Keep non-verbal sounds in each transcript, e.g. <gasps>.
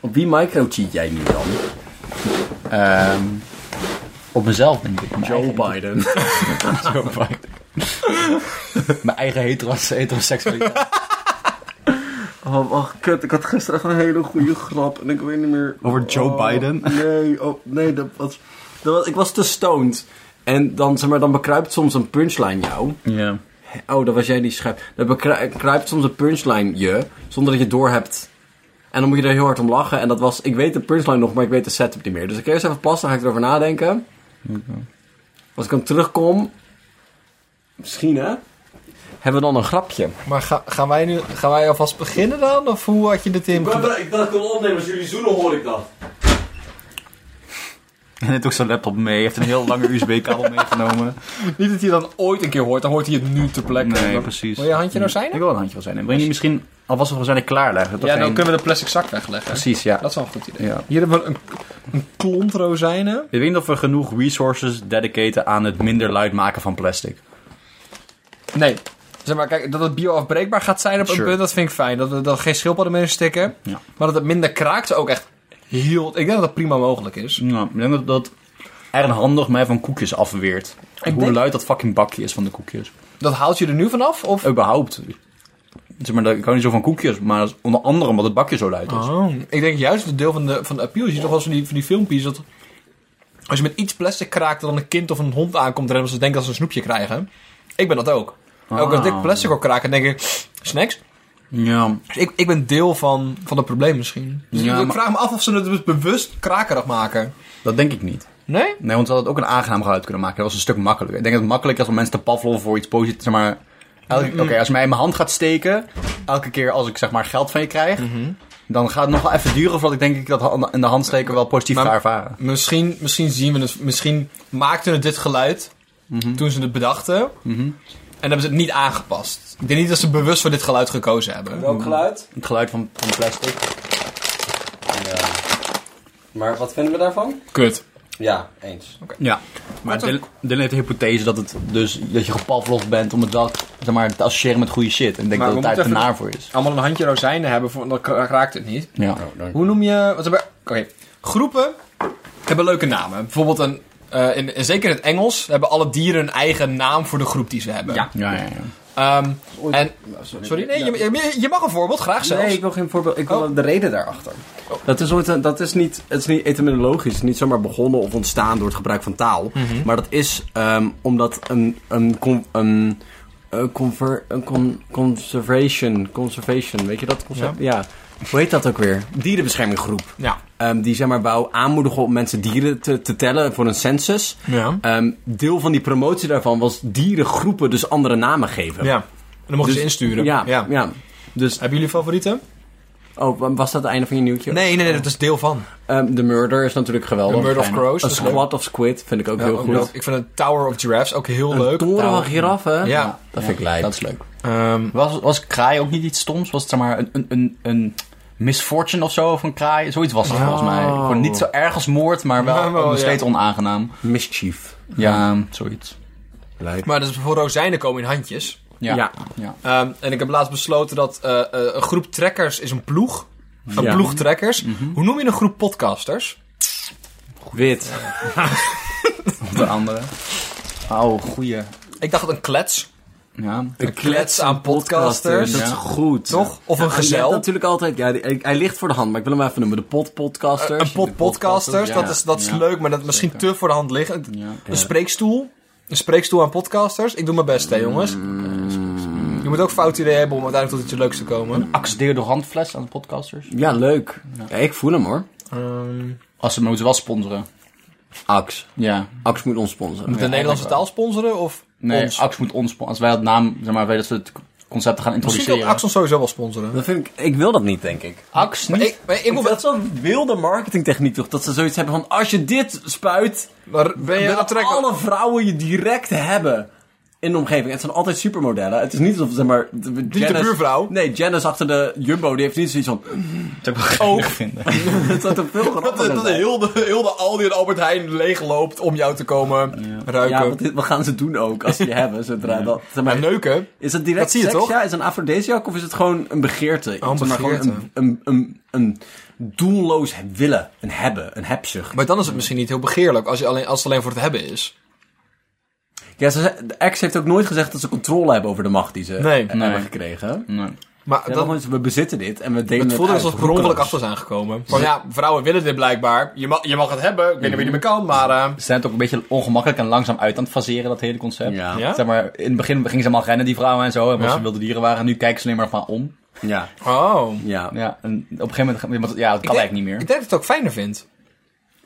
Op wie microcheat jij nu dan? Ehm, op mezelf denk ik. Mijn Joe eigen- Biden. <laughs> Joe Biden. <laughs> Mijn eigen heteros- heteroseksualiteit. Oh, ach, kut. Ik had gisteren echt een hele goede grap en ik weet niet meer... Over Joe Oh, Biden? Nee, oh, nee dat, was, dat was... Ik was te stoned. En dan, zeg maar, dan bekruipt soms een punchline jou. ja. Oh, dat was jij die schep. Dan bekru- kruipt soms een punchline je, zonder dat je het door hebt. En dan moet je er heel hard om lachen. En dat was, ik weet de punchline nog, maar ik weet de setup niet meer. Dus ik ga eerst even plassen, dan ga ik erover nadenken. Als ik dan terugkom, misschien hè, hebben we dan een grapje. Maar ga- gaan, wij nu, gaan wij alvast beginnen dan? Of hoe had je dit in... Ik dacht ik wil opnemen, als jullie zoenen hoor ik dat. Hij neemt ook zijn laptop mee. Hij heeft een heel <laughs> lange USB-kabel meegenomen. Niet dat hij dan ooit een keer hoort, dan hoort hij het nu te plekken. Nee, Maar- precies. Wil je handje nou zijn? Ik wil een handje van zijn. En Wil je niet misschien alvast van zijn klaarleggen? Dat Ja, dan geen- kunnen we de plastic zak wegleggen. Precies, ja. Dat is wel een goed idee. ja. Hier hebben we een, een klont rozijnen. Ik weet niet of we genoeg resources dedicaten aan het minder luid maken van plastic. Nee. Zeg maar, kijk, dat het bioafbreekbaar gaat zijn op een Sure. punt, dat vind ik fijn. Dat we dan geen schildpadden meer in stikken. Ja. Maar dat het minder kraakt, is ook echt heel... Ik denk dat dat prima mogelijk is. Nou, ik denk dat dat erg handig mij van koekjes afweert. En hoe denk- luid dat fucking bakje is van de koekjes. Dat haalt je er nu vanaf? Of... Überhaupt. Zeg maar, ik hou niet zo van koekjes, maar dat is onder andere omdat het bakje zo luid is. Oh, ik denk juist het deel van de, van de appeal. Je ziet toch wel eens van die, van die filmpjes dat... Als je met iets plastic kraakt, dat dan een kind of een hond aankomt rennen... omdat ze denken dat ze een snoepje krijgen. Ik ben dat ook. Elke keer als ik plastic wil kraken, denk ik... Snacks? Ja, Dus ik, ik ben deel van, van het probleem misschien. Dus Ja, ik- ik maar- vraag me af of ze het dus bewust krakerig maken. dat denk ik niet. Nee? Nee, want ze hadden ook een aangenaam geluid kunnen maken. Dat was een stuk makkelijker. Ik denk dat het makkelijk is om mensen te pavloven voor iets positiefs. Zeg maar, elke- Mm-hmm. oké, als je mij in mijn hand gaat steken, elke keer als ik zeg maar geld van je krijg, Mm-hmm. dan gaat het nog wel even duren voordat ik denk ik dat hand- in de hand steken wel positief Maar- ga ervaren. Misschien, misschien zien we het... Misschien maakten we dit geluid toen ze het bedachten. En hebben ze het niet aangepast. Ik denk niet dat ze bewust voor dit geluid gekozen hebben. Welk geluid? Het geluid van, van plastic. Ja. Maar wat vinden we daarvan? Kut. Ja, eens. Ja. Maar Dylan Dylan heeft de hypothese dat, het dus, dat je gepavlof bent om het wel zeg maar, te associëren met goede shit. En ik denk Maar dat we het daar te moeten even- naar voor is. Allemaal een handje rozijnen hebben, voor- dan kra- raakt het niet. Ja. Oh, Hoe noem je... Wat hebben, oké. Groepen hebben leuke namen. Bijvoorbeeld een... eh, in, in- zeker in het Engels hebben alle dieren een eigen naam voor de groep die ze hebben. Ja, ja, ja. Ehm, Ooit- en, Oh, Sorry. sorry, nee, je, je, je mag een voorbeeld, graag zelfs. Nee, ik wil geen voorbeeld. Ik wil Oh. de reden daarachter. Dat is, ooit een- dat is niet, het is niet etymologisch. Het is niet zomaar begonnen of ontstaan door het gebruik van taal. Maar dat is ehm, omdat een, een, con- een, een, conver- een con- conservation, conservation, weet je dat concept? Ja. Hoe heet dat ook weer? Dierenbescherminggroep. Ja. Ehm, die zeg maar wou aanmoedigen om mensen dieren te, te tellen voor een census. Ja. Ehm, deel van die promotie daarvan was dierengroepen dus andere namen geven. ja. En dan mogen Dus- ze insturen. Ja, ja. Dus, Hebben jullie favorieten? oh, was dat het einde van je nieuwtje? Nee, nee, nee, dat is deel van. Ehm, The Murder is natuurlijk geweldig. The Murder of Fijn. Crows, Een dat is leuk. Squad of Squid vind ik ook heel ook goed. leuk. Ik vind de Tower of Giraffes ook heel Een leuk. toren van Tower- giraffen. Ja. Nou, Dat vind ik leuk. Dat is leuk. Ehm, Was, was kraai ook niet iets stoms? Was het zeg maar een, een, een, een misfortune of zo van kraai? Zoiets was het volgens mij. Gewoon niet zo erg als moord, maar wel Maar wel, nog steeds Oh. ja. onaangenaam. Mischief. Ja, zoiets. Leuk. maar dat is voor rozijnen komen in handjes. Ja. Ja. ja. Ehm, en ik heb laatst besloten dat eh, eh, een groep trekkers is een ploeg. Een Ja. ploeg trekkers. Mhm. Hoe noem je een groep podcasters? Wit. De andere. Oh, goeie. Ik dacht een klets. Ja. Een klets aan podcasters. Dat is Ja. goed. Toch? Of een Ja, en je gezel. hebt natuurlijk altijd... Ja, die- hij- hij ligt voor de hand, maar ik wil hem even noemen. De potpodcasters. Een pot podcasters. ja. Dat is, dat is Ja. leuk, maar dat is misschien te voor de hand liggend. Ja. Een spreekstoel. Een spreekstoel aan podcasters. Ik doe mijn Mm. best, hè, jongens. Je moet ook fout idee hebben om uiteindelijk tot iets leuks te komen. Accedeer door handfles aan de podcasters. eh. Ja, leuk. Ja, ik voel hem hoor. Ehm, Als ze me moeten wel sponsoren. Ax. Ja. Ax moet ons sponsoren. de Nederlandse taal sponsoren of Nee, ons? Ax moet ons sponsoren. Als wij het naam, zeg maar, wij dat soort concepten gaan Misschien kan introduceren. Axel sowieso wel sponsoren. Dat vind ik... Ik wil dat niet, denk ik. Ax niet? Ik, maar ik moet Dat is zo'n wilde marketingtechniek toch? Dat ze zoiets hebben van... Als je dit spuit... maar ben je dat aantrekkelijk? alle vrouwen je direct hebben in de omgeving. Het zijn altijd supermodellen. Het is niet alsof, zeg maar... de buurvrouw. Nee, Janice achter de Jumbo, die heeft niet zoiets van... "Oh." Dat heb ik wel geinig vinden. <laughs> Het zou toch veel Dat, grappiger dat de zijn. heel, de, heel de Aldi en Albert Heijn leegloopt om jou te komen ruiken. Ja, want dit, wat gaan ze doen ook als ze je hebben? Zodra dat, zeg Maar maar, neuken? is het direct Dat zie je seks? toch? Ja, is het een afrodesiak of is het gewoon een begeerte? een Zeg maar gewoon begeerte. Een, een, een, een doelloos willen. Een hebben, een hebzucht. Maar dan is het misschien niet heel begeerlijk als, je alleen, als het alleen voor het hebben is. Ja, ze ze- de ex heeft ook nooit gezegd dat ze controle hebben over de macht die ze Nee. eh, hebben gekregen. Ze Nee. Maar hebben dat, gewoon, we bezitten dit en we delen het het voelde uit, alsof we per ongeluk roekeloos. achter zijn gekomen. Van ja, vrouwen willen dit blijkbaar. Je mag, je mag het hebben. Ik weet niet wie het me kan, maar... eh, Ze zijn het ook een beetje ongemakkelijk en langzaam uit aan het faseren, dat hele concept. Ja. Ja? Zeg maar, in het begin gingen ze allemaal rennen, die vrouwen en zo. En als Ja. ze wilde dieren waren. En nu kijken ze alleen maar van om. Ja, Oh. ja. Ja, en op een gegeven moment... gaan- want Ja, dat kan denk- eigenlijk niet meer. Ik denk dat ik het ook fijner vind.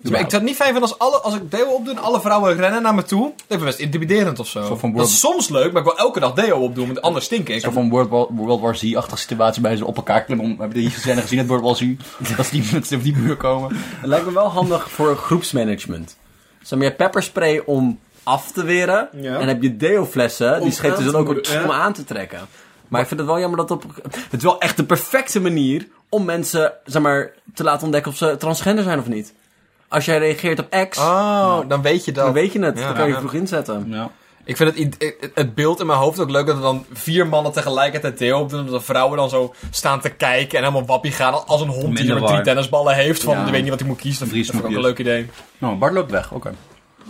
Dus maar ik zou het niet fijn vinden als, alle, als ik deo opdoen, alle vrouwen rennen naar me toe. Dat vind ik best intimiderend of zo. van dat is soms leuk, maar ik wil elke dag deo opdoen, want anders stink ik. Zo van World War, World War Z-achtige situatie bij ze op elkaar klimmen. om- Heb je die scène gezien, het World War Z? Dat ze die, dat ze op die muur komen. Het lijkt me wel handig voor groepsmanagement. Ze hebben meer pepperspray om af te weren. Ja. En heb je deoflessen, die scheten aan ze te dan ook om, moedigen, om ja. aan te trekken. Maar ik vind het wel jammer dat op... Het is wel echt de perfecte manier om mensen, zeg maar, te laten ontdekken of ze transgender zijn of niet. Als jij reageert op ex, Oh, dan weet je dat. dan weet je het. Ja, dan kan je ja. vroeg inzetten. Ja. Ik vind het, i- i- het beeld in mijn hoofd ook leuk dat er dan vier mannen tegelijkertijd deel op doen. Dat de vrouwen dan zo staan te kijken en helemaal wappie gaan. Als een hond die Minder er met drie waar. tennisballen heeft. Van, Ja. ik weet niet wat ik moet kiezen. Dat Drie vind ik ook een leuk snoepjes. idee. Nou, Bart loopt weg, oké.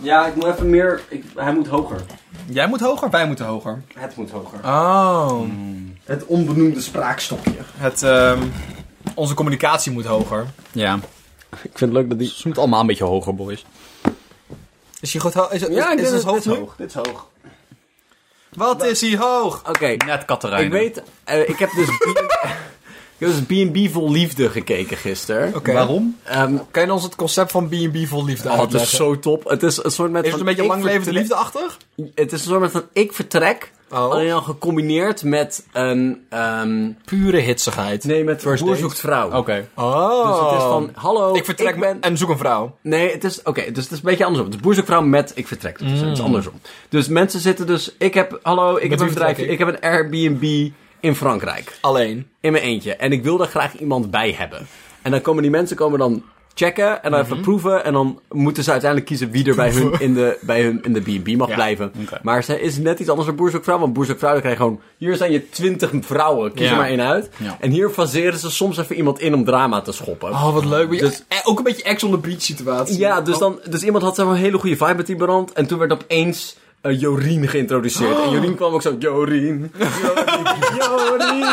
Ja, ik moet even meer... hij moet hoger. Jij moet hoger, wij moeten hoger. Het moet hoger. Oh. Het onbenoemde spraakstokje. Het, ehm, onze communicatie moet hoger. Ja. Ik vind het leuk dat die... Ze moeten allemaal een beetje hoger, boys. Is hij goed hoog? Is, is, is ons hoofd nu? Dit is hoog. Wat is hij hoog? Oké, Net Katarijn. ik weet... eh, ik heb dus... B- <laughs> ik heb dus B&B Vol Liefde gekeken gisteren. Oké. Waarom? Ehm, Kan je ons het concept van B&B vol liefde oh, het uitleggen? is zo top. Het is een soort met Is van het een beetje ik langlevende vertrek- liefdeachtig? Het is een soort met van ik vertrek. Oh. Alleen al gecombineerd met een... ehm, Pure hitsigheid. nee, met First boer date. zoekt vrouw. Oké. Oh. Dus het is van, hallo, ik vertrek ben... en zoek een vrouw. Nee, het is, oké, dus het is een beetje andersom. Het is boer zoekt vrouw met ik vertrek. Dus Het is andersom. Dus mensen zitten dus, ik heb, hallo, ik heb Mm. wie een bedrijf, vertrek ik? ik? heb een Airbnb in Frankrijk. Alleen. In mijn eentje. En ik wil daar graag iemand bij hebben. En dan komen die mensen komen dan checken en dan Mhm. even proeven. En dan moeten ze uiteindelijk kiezen wie er bij hun, in de, bij hun in de B&B mag Ja, blijven. oké. Maar ze is net iets anders dan boerzoekvrouw. Want boerzoekvrouw dan krijg je gewoon, hier zijn je twintig vrouwen, kies Ja. er maar één uit. Ja. En hier faseren ze soms even iemand in om drama te schoppen. Oh, wat leuk. Dus- Eh, ook een beetje ex on the beach situatie. Ja, dus, dan, dus iemand had zeg maar, een hele goede vibe met die brand. En toen werd opeens eh, Jorien geïntroduceerd. Oh. En Jorien kwam ook zo, Jorien, Jorien,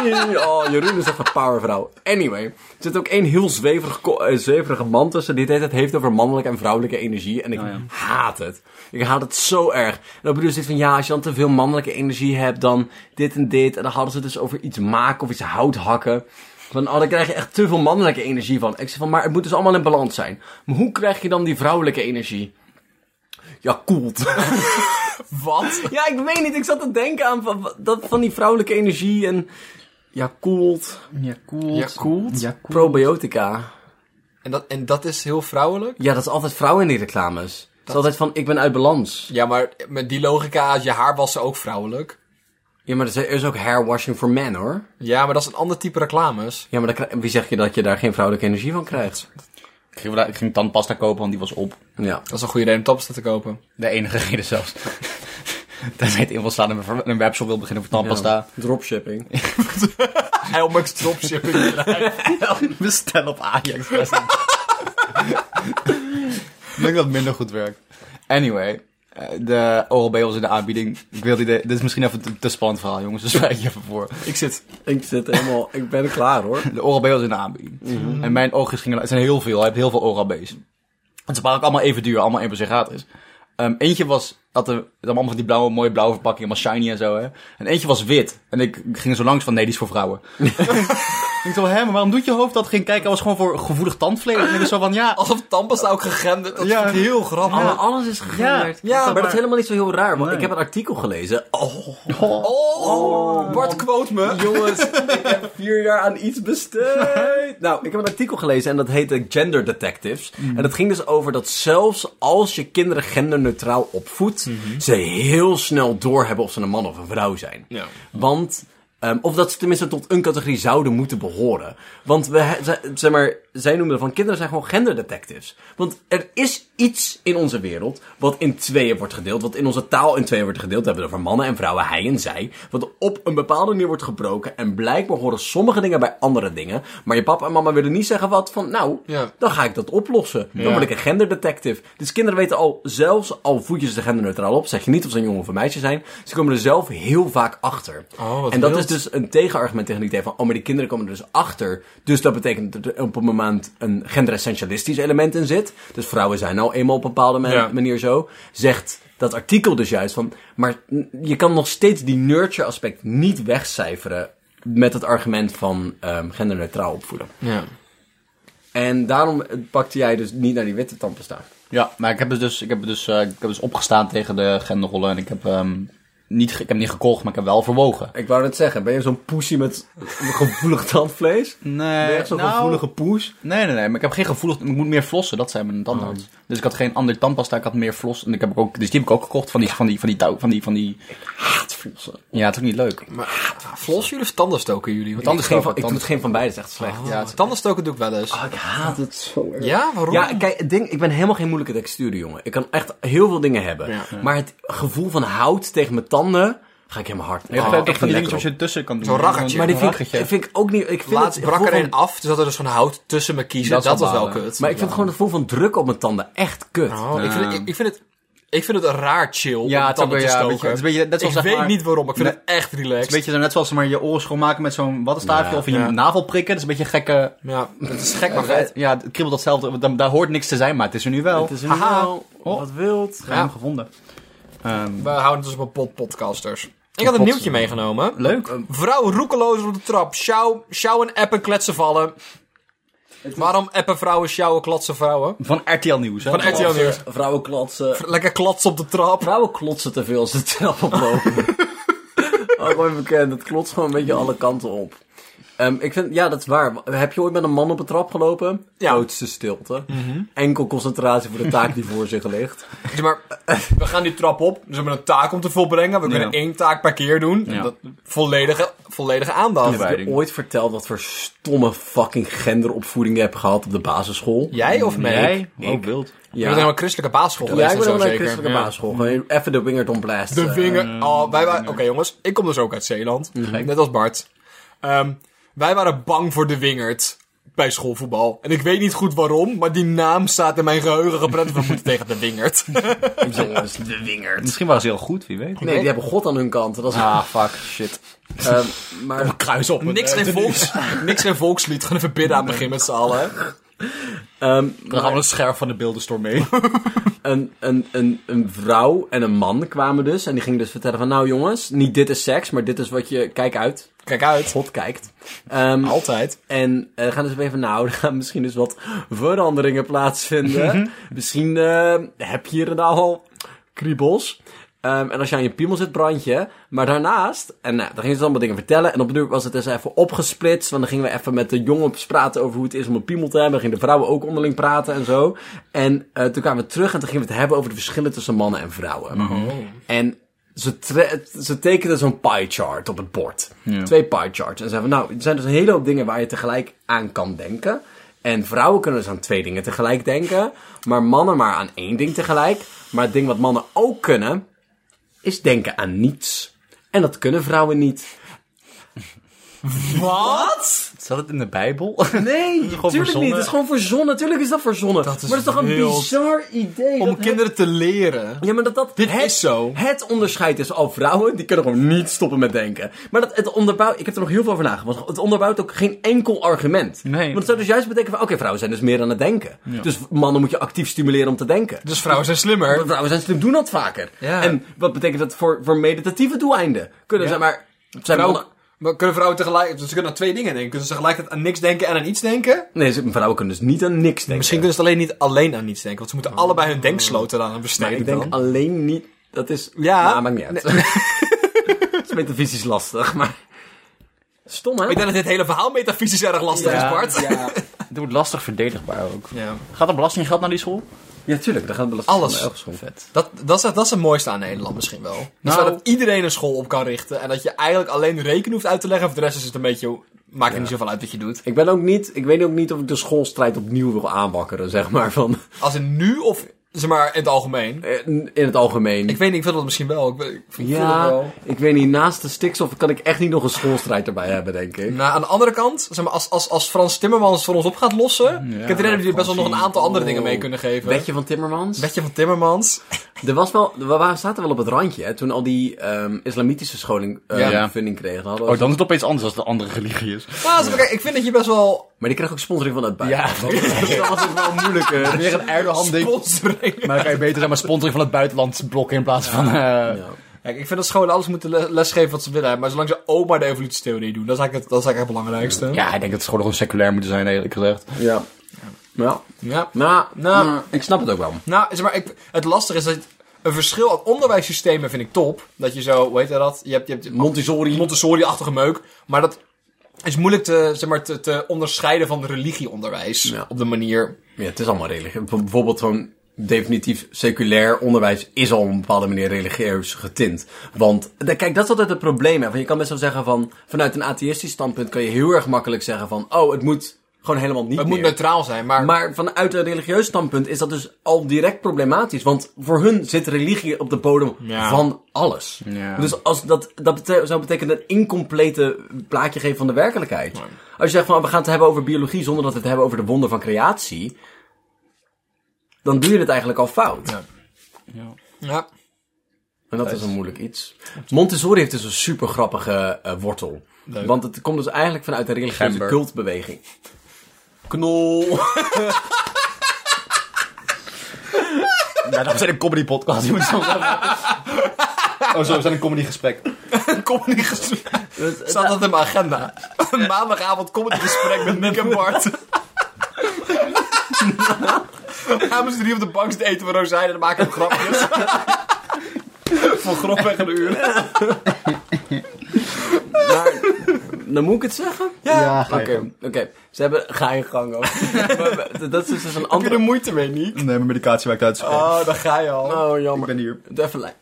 Jorien. Oh, Jorien is echt een powervrouw. Anyway, er zit ook één heel zweverig, ko- eh, zweverige man tussen die het de hele tijd heeft over mannelijke en vrouwelijke energie. En ik haat het. Ik haat het zo erg. En dan bedoel ze van, ja, als je dan te veel mannelijke energie hebt, dan dit en dit. En dan hadden ze het dus over iets maken of iets hout hakken. Van, oh, daar krijg je echt te veel mannelijke energie van. Ik zeg van, maar het moet dus allemaal in balans zijn. Maar hoe krijg je dan die vrouwelijke energie? Ja, koelt. Wat? <laughs> ja, ik weet niet. Ik zat te denken aan van, dat, van die vrouwelijke energie en... Ja, koelt. Ja, cool. Ja, koelt. Probiotica. En, dat, en dat is heel vrouwelijk? Ja, dat is altijd vrouwen in die reclames. Het is altijd van, ik ben uit balans. Ja, maar met die logica is je haar wassen ook vrouwelijk. Ja, maar er is ook hairwashing voor men, hoor. Ja, maar dat is een ander type reclames. Ja, maar dan krijg- wie zegt je dat je daar geen vrouwelijke energie van krijgt? Ik ging, ik ging tandpasta kopen, want die was op. Ja. Dat is een goede reden om tapsta te kopen. De enige reden zelfs. <laughs> Tenzij het in wil staan en een ver- een webshop wil beginnen voor tandpasta. Ja. Dropshipping. Helmux <laughs> dropshipping bedrijf. <laughs> Bestel op <laughs> Ajax. Ik denk dat het minder goed werkt. Anyway, eh, de Oral-B was in de aanbieding. Ik wil die de- dit is misschien even een te spannend verhaal, jongens. Dus <laughs> spreek je even voor. Ik zit... ik zit helemaal... Ik ben klaar, hoor. De Oral-B was in de aanbieding. Mhm. En mijn oogjes gingen... Het zijn heel veel. Je hebt heel veel Oral-B's. En ze waren ook allemaal even duur. Allemaal één per se gratis. Ehm, eentje was... Had een, allemaal van die blauwe, mooie blauwe verpakking. Helemaal shiny en zo, hè. En eentje was wit. En ik ging er zo langs van... Nee, die is voor <laughs> vrouwen. ik dacht, hè, maar waarom doet je hoofd dat? Ging kijken, hij was gewoon voor gevoelig tandvlees. En ik was zo van, Oh, ja... Alsof tapsta ook gegenderd. Dat Ja. vind ik heel grappig. Alle- Alles is gegenderd. Ja, ja, maar, maar- dat is helemaal niet zo heel raar. Want Nee. ik heb een artikel gelezen. Oh, Oh, Bart quote me. jongens, ik heb vier jaar aan iets besteed. <laughs> nou, ik heb een artikel gelezen en dat heette Gender Detectives. En dat ging dus over dat zelfs als je kinderen Mhm. genderneutraal opvoedt, ze heel snel doorhebben of ze een man of een vrouw zijn. Ja. Want Ehm, of dat ze tenminste tot een categorie zouden moeten behoren. Want we, he- ze- zeg maar, zij noemen van kinderen zijn gewoon genderdetectives. Want er is iets in onze wereld wat in tweeën wordt gedeeld. Wat in onze taal in tweeën wordt gedeeld. We hebben het over mannen en vrouwen, hij en zij. Wat op een bepaalde manier wordt gebroken. En blijkbaar horen sommige dingen bij andere dingen. Maar je papa en mama willen niet zeggen wat van, nou, Ja. dan ga ik dat oplossen. Dan word ik een genderdetective. Dus kinderen weten al, zelfs al voetjes de genderneutraal op, zeg je niet of ze een jongen of een meisje zijn, ze komen er zelf heel vaak achter. Oh, wat en dat wild. is dus een tegenargument tegen die idee van, oh, maar die kinderen komen er dus achter. Dus dat betekent dat er op een moment een genderessentialistisch element in zit. Dus vrouwen zijn nou eenmaal op een bepaalde man- Ja. manier zo. Zegt dat artikel dus juist van, maar n- je kan nog steeds die nurture aspect niet wegcijferen met het argument van ehm, genderneutraal opvoeden. Ja. En daarom pakte jij dus niet naar die witte tandpasta. Ja, maar ik heb het dus, ik heb het dus, eh, ik heb dus opgestaan tegen de genderrollen en ik heb, ehm, niet, ge- ik heb niet gekocht, maar ik heb wel verwogen. Ik wou net zeggen, ben je zo'n poesie met gevoelig tandvlees? Ben je Nee, echt zo'n gevoelige poes? nee, nee, nee, maar ik heb geen gevoelig, ik moet meer flossen, dat zijn mijn tandarts. Oh. Dus ik had geen ander tandpasta, ik had meer flossen en ik heb ook, dus die heb ik ook gekocht van die, van die, van die touw, van die, van die, Flossen. ja, het is ook niet leuk. Maar flossen jullie of tanden stoken jullie? Want Ik, tanden geen van, ik stoken- doe het geen van beide, is echt slecht. Oh, tanden stoken doe ik wel eens. ik haat het zo erg. Ja, waarom? Ja, kijk, het ding, ik ben helemaal geen moeilijke textuur, jongen. Ik kan echt heel veel dingen hebben. Ja. Maar het gevoel van hout tegen mijn tanden, ga ik helemaal hard. Je hebt Oh, ook echt van die lekker dingetjes op. je ertussen kan doen. Zo'n raggetje. Maar die vind ik, Raggetje. vind ik ook niet... Ik vind Laatst het brak gevoel er een van- af, dus had er dus gewoon hout tussen mijn kiezen. Dat Dat, is wel was wel balen. kut. Maar ik vind gewoon het gevoel van druk op mijn tanden echt kut. Oh, ik, vind het, ik, ik vind het, ik vind het een raar chill om Ja, het is ook tanden wel- te ja, stoken. weet je, het is een beetje net zoals ik zeg weet maar- niet waarom, ik vind Nee. het echt Het relaxed. is een beetje zo, net zoals zeg maar, je oren schoonmaken met zo'n wattenstaafje Ja. of je navel prikken. Dat is een beetje gekke... Ja, <laughs> het is gek, maar Ja, vet. het kriebelt datzelfde. want Daar, daar hoort niks te zijn, maar het is er nu wel. Oh. Het is een Haha. wel wat wild. Ja. hem gevonden. Ehm, We houden het dus op een pot podcasters. Ik had een nieuwtje meegenomen. leuk. Vrouw roekeloos op de trap. Sjouw, sjouwen, appen, kletsen, vallen. Waarom appen vrouwen, sjouwen, klatsen vrouwen? Van RTL Nieuws, hè? Van RTL Nieuws. Vrouwen klotsen. Lekker klatsen op de <laughs> trap. Vrouwen klotsen te veel als ze de trap oplopen. <laughs> Ook wel even bekend, dat klotst gewoon een beetje alle kanten op. Ehm, ik vind, ja, dat is waar. Heb je ooit met een man op een trap gelopen? Ja. Mhm. Grootste stilte. Enkel concentratie voor de taak die voor zich <laughs> ligt. Zeg maar, eh, we gaan die trap op. Dus we hebben een taak om te volbrengen. We kunnen Ja. één taak per keer doen. Ja. Dat, volledige, volledige aandacht. Ja. Heb je Verwijding. ooit verteld wat voor stomme fucking genderopvoeding je hebt gehad op de basisschool? Jij of mij? Jij? Ik. Ook wild. Je bent helemaal christelijke basisschool Ja, geweest ik ben en wel zo naar zeker. de Ja. christelijke Mhm. basisschool. Gewoon even de wingerd on blast. De eh. vinger. Oh, wij waren. Oké, jongens. Ik kom dus ook uit Zeeland. Net als Bart. Ehm, wij waren bang voor de wingerd bij schoolvoetbal. En ik weet niet goed waarom, maar die naam staat in mijn geheugen geprent. We moeten tegen de wingerd. Jongens, dus de wingerd. Misschien waren ze heel goed, wie weet. Nee, die hebben God aan hun kant. Dat is, Ah, fuck, shit. ehm, <laughs> <laughs> maar Kruis op. eh, Niks geen, volks, niks geen volkslied. Gewoon even bidden aan het begin met z'n allen. ehm, Dan gaan we een scherp van de beeldenstorm mee. een, een, een, een vrouw en een man kwamen dus. En die gingen dus vertellen van... Nou jongens, niet dit is seks, maar dit is wat je... Kijk uit. <laughs> Kijk uit. God kijkt. Ehm, Altijd. en eh, gaan dus even van... Nou, <laughs> er gaan misschien dus wat veranderingen plaatsvinden. misschien eh, heb je hier en daar al kriebels. Ehm, en als je aan je piemel zit, brand je. Maar daarnaast... En nou, dan gingen ze allemaal dingen vertellen. En op een duur was het dus even opgesplitst. Want dan gingen we even met de jongens praten over hoe het is om een piemel te hebben. Dan gingen de vrouwen ook onderling praten en zo. En eh, toen kwamen we terug en toen gingen we het hebben over de verschillen tussen mannen en vrouwen. En ze, tre- ze tekenden zo'n pie chart op het bord. Twee pie charts. En zeiden van, nou, er zijn dus een hele hoop dingen waar je tegelijk aan kan denken. En vrouwen kunnen dus aan twee dingen tegelijk denken. Maar mannen maar aan één ding tegelijk. Maar het ding wat mannen ook kunnen, is denken aan niets. En dat kunnen vrouwen niet. Wat? Zat het in de Bijbel? <laughs> Nee, natuurlijk verzonnen. niet. Het is gewoon verzonnen. Natuurlijk is dat verzonnen. Dat is maar dat is toch een wild. bizar idee. Om dat kinderen te leren. Ja, maar dat dat Dit het, is zo. Het onderscheid is al vrouwen, die kunnen gewoon niet stoppen met denken. Maar dat het onderbouwt, ik heb er nog heel veel over nagedacht, want het onderbouwt ook geen enkel argument. Nee. Want het zou dus juist betekenen van, oké, vrouwen zijn dus meer aan het denken. Dus mannen moet je actief stimuleren om te denken. Dus vrouwen zijn slimmer. Maar vrouwen zijn slim, doen dat vaker. Ja. En wat betekent dat voor, voor meditatieve doeleinden? Kunnen ze maar... Zijn Vrouwen, mannen- maar kunnen vrouwen tegelijk... dus Ze kunnen aan twee dingen denken. Kunnen ze tegelijkertijd aan niks denken en aan iets denken? Nee, ze- vrouwen kunnen dus niet aan niks denken. Oh. Misschien kunnen ze het alleen niet alleen aan niets denken, want ze moeten allebei hun denksloten aan besteden. Ik denk dan. alleen niet... Dat is... Ja. Nou, maakt niet uit. <laughs> dat is metafysisch lastig, maar... Stom, hè? Ik denk dat dit hele verhaal metafysisch erg lastig is, Bart. Het wordt lastig verdedigbaar ook. <laughs> Ja. Gaat er belastinggeld naar die school? Ja, tuurlijk. Daar gaat belasting Alles. van ergens om. Dat, dat, is, het- dat is het mooiste aan Nederland misschien wel. Dus Nou. dat iedereen een school op kan richten. En dat je eigenlijk alleen de rekening hoeft uit te leggen. Of de rest is het een beetje... Maakt er niet zoveel uit wat je doet. Ik ben ook niet... Ik weet ook niet of ik de schoolstrijd opnieuw wil aanwakkeren, zeg maar. Van, Als in nu of zeg maar in het algemeen. eh, in het algemeen. Ik weet niet, ik wil dat misschien wel. Ik, ik voel het ja, wel. ik weet niet. Naast de stikstof kan ik echt niet nog een schoolstrijd erbij hebben, denk ik. Nou, aan de andere kant, zeg maar, als, als, als Frans Timmermans voor ons op gaat lossen... ik heb het idee dat we hier best wel nog een aantal andere dingen mee kunnen geven. Wetje van Timmermans? Wetje van Timmermans. Er was wel, we waren, zaten wel op het randje, hè, toen al die ehm, islamitische scholing eh, Ja. funding kregen. Dan hadden we- Oh, dan is het opeens anders als de andere religie is. Nou, eens even kijken, ik vind dat je best wel Maar die kreeg ook sponsoring van het buitenland. <laughs> dat was het wel moeilijker. Weer een Erdogan-ding. sponsoring... Maar dan kan je beter zeg maar, sponsoring van het buitenland blokken in plaats van... eh, Ja. <laughs> Kijk, ik vind dat scholen alles moeten le- lesgeven wat ze willen. Maar zolang ze ook maar de evolutietheorie doen, dat is eigenlijk het, dat is eigenlijk het belangrijkste. Ja, ik denk dat scholen gewoon seculair moeten zijn, eerlijk gezegd. Ja. Ja. Ja. Nou, Nou. nou, ik snap het ook wel. Nou, zeg maar, ik, het lastige is dat een verschil aan onderwijssystemen vind ik top. Dat je zo, hoe heet dat? Je hebt, je hebt Montessori. Montessori-achtige meuk. Maar dat is moeilijk te, zeg maar, te, te onderscheiden van religieonderwijs. Ja. Op de manier. Ja, het is allemaal religie. B- Bijvoorbeeld gewoon definitief seculair onderwijs is al op een bepaalde manier religieus getint. Want, da- kijk, dat is altijd het probleem. Hè. Want je kan best wel zeggen van, vanuit een atheïstisch standpunt kan je heel erg makkelijk zeggen van, oh, het moet gewoon helemaal niet Het meer. moet neutraal zijn, maar, Maar vanuit een religieus standpunt is dat dus al direct problematisch. Want voor hun zit religie op de bodem Ja. van alles. Ja. Dus als dat, dat bete- zou betekenen een incomplete plaatje geven van de werkelijkheid. Als je zegt van we gaan het hebben over biologie zonder dat we het hebben over de wonder van creatie. Dan doe je het eigenlijk al fout. Ja. ja. En dat is een moeilijk iets. Montessori heeft dus een super grappige eh, wortel. Want het komt dus eigenlijk vanuit de religieuze Gember. cultbeweging. Knol. Ja, dat zijn een comedy podcast. Je moet het zo zeggen. Oh, zo, we zijn een comedy gesprek. comedy gesprek. Staat dat in mijn agenda? Maandagavond comedy gesprek met Nick <laughs> en Bart. Gaan ze drie op de bank zitten eten met rozijnen en dan maken we grapjes. Voor grofweg een uur. Maar, dan moet ik het zeggen? Ja. Oké, oké. Ze hebben... Ga je gang ook. Maar we- dat is dus een Heb je er andere... moeite mee, Nick? Nee, mijn medicatie werkt uit. Oh, daar ga je al. Oh, Ik jammer. ben hier. Even lijn.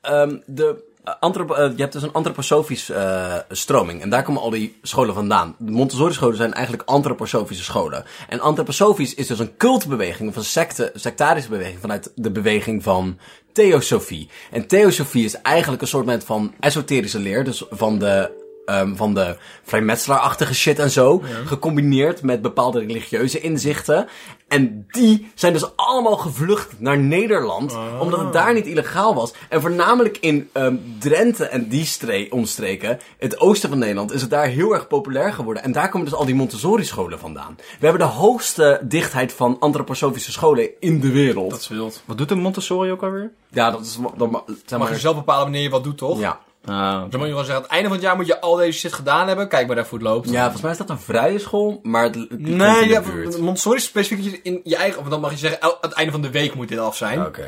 Ehm, de eh, antrop- eh, je hebt dus een antroposofische eh, stroming. En daar komen al die scholen vandaan. De Montessori-scholen zijn eigenlijk antroposofische scholen. En antroposofisch is dus een cultbeweging, of een secte, sectarische beweging, vanuit de beweging van theosofie. En theosofie is eigenlijk een soort van esoterische leer, dus van de ehm, van de vrijmetselaarachtige shit en zo. Gecombineerd met bepaalde religieuze inzichten. En die zijn dus allemaal gevlucht naar Nederland. Oh. Omdat het daar niet illegaal was. En voornamelijk in ehm, Drenthe en die stree- omstreken, het oosten van Nederland, is het daar heel erg populair geworden. En daar komen dus al die Montessori-scholen vandaan. We hebben de hoogste dichtheid van antroposofische scholen in de wereld. wild. Wat doet een Montessori ook alweer? Ja, dat is. Dat ma- zeg Mag je maar, zelf bepalen wanneer je wat doet, toch? ja. Ah, Dan moet je wel zeggen, aan het einde van het jaar moet je al deze shit gedaan hebben. Kijk maar daarvoor het loopt. ja, volgens mij is dat een vrije school, maar het, het komt in Nee, de ja, buurt. Montessori is specifiek dat je in je eigen... Of dan mag je zeggen, el- aan het einde van de week moet dit af zijn. Oké.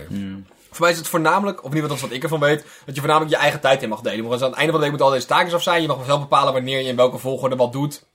Voor mij is het voornamelijk, of niet wat, wat ik ervan weet, dat je voornamelijk je eigen tijd in mag delen. Je mag dus aan het einde van de week moet al deze taken af zijn. Je mag zelf bepalen wanneer je in welke volgorde wat doet.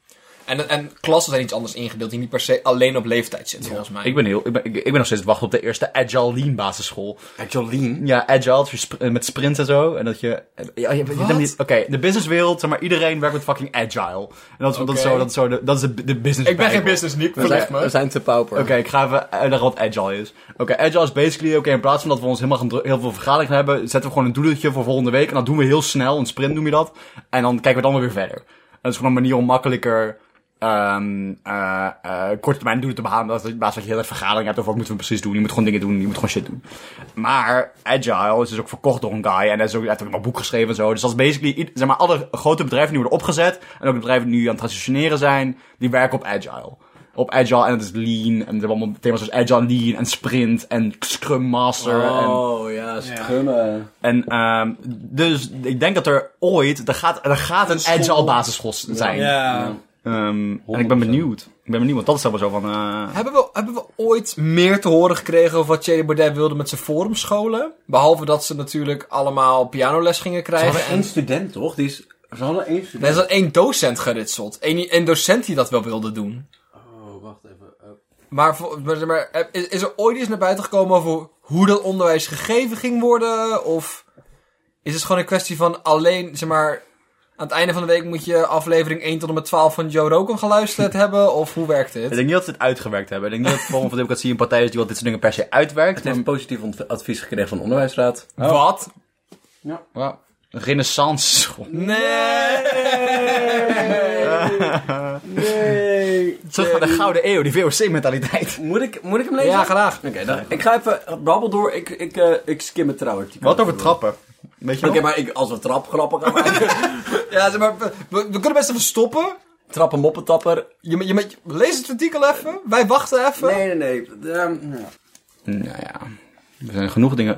En, en klassen zijn iets anders ingedeeld, die niet per se alleen op leeftijd zitten, volgens mij. Ik ben, heel, ik, ben, ik, ik ben nog steeds te wachten op de eerste Agile Lean basisschool. En Jolien. Ja, Agile, dat je sp- eh, met sprints en zo. En dat je... eh, Ja, je, je- je- Wat? je- Oké, de businesswereld, zeg maar, iedereen werkt met fucking Agile. En dat is, dat is Oké. zo, dat is, zo de, dat is de, de business Ik ben geen bijbel. business, Nick, We verlicht zijn, me. we zijn te pauper. Oké, ik ga even uitleggen wat Agile is. Oké, Agile is basically, oké, in plaats van dat we ons helemaal gaan dru- heel veel vergaderingen gaan hebben, zetten we gewoon een doeletje voor volgende week. En dat doen we heel snel, een sprint noem je dat. En dan kijken we dan weer verder. En dat is gewoon een manier om makkelijker ehm eh eh korte termijn doelen te behalen. Dat is in plaats van dat je hele tijd vergadering hebt over wat moeten we precies doen. Je moet gewoon dingen doen, je moet gewoon shit doen. Maar Agile is dus ook verkocht door een guy. En hij is ook, hij heeft ook nog een boek geschreven en zo. Dus dat is basically, i- zeg maar, alle grote bedrijven die worden opgezet. En ook de bedrijven die nu aan het transitioneren zijn, die werken op Agile op Agile en het is Lean. En er hebben allemaal thema's zoals Agile, Lean en Sprint en Scrum Master. Oh ja, schummen. En, en ehm, dus ik denk dat er ooit, er gaat, er gaat een, Agile basisschool s- zijn. Ja. Ehm, en ik ben benieuwd. Ik ben benieuwd, want dat is wel zo van... eh, Hebben we, hebben we ooit meer te horen gekregen over wat Thierry Baudet wilde met zijn forumscholen? Behalve dat ze natuurlijk allemaal pianoles gingen Ze hadden krijgen. één student toch? Die is... Ze hadden één student. Er is dan één docent geritseld. Eén, één docent die dat wel wilde doen. Oh, wacht even. Maar, vo- maar, maar, eh, is, is er ooit iets naar buiten gekomen over hoe dat onderwijs gegeven ging worden? Of is het gewoon een kwestie van alleen, zeg maar, aan het einde van de week moet je aflevering 1 tot en met 12 van Joe Rogan <laughs> geluisterd hebben? Of hoe werkt Ik dit? denk niet dat ze het uitgewerkt hebben. Ik denk niet dat Forum voor Democratie een partij is die wat dit soort dingen per se uitwerkt. Het heeft positief ont- advies gekregen van de onderwijsraad. Oh. Wat? Wow. Een renaissance school. Nee! Nee. Terug naar de gouden eeuw, die VOC-mentaliteit. Moet ik, moet ik hem lezen? Ja, graag. Oké, dan- ik ga even babbel door. Ik, ik, eh, ik skim het trouwens. <laughs> Wat over trappen? Weet je Oké, nog? maar ik, als we trap grappen gaan maken. <laughs> Ja, zeg maar, we, we kunnen best even stoppen. Trappen moppentapper. Je, je, je, lees het artikel even. Wij wachten even. Nee, nee, nee. Ehm, ja. Nou ja, er zijn genoeg dingen,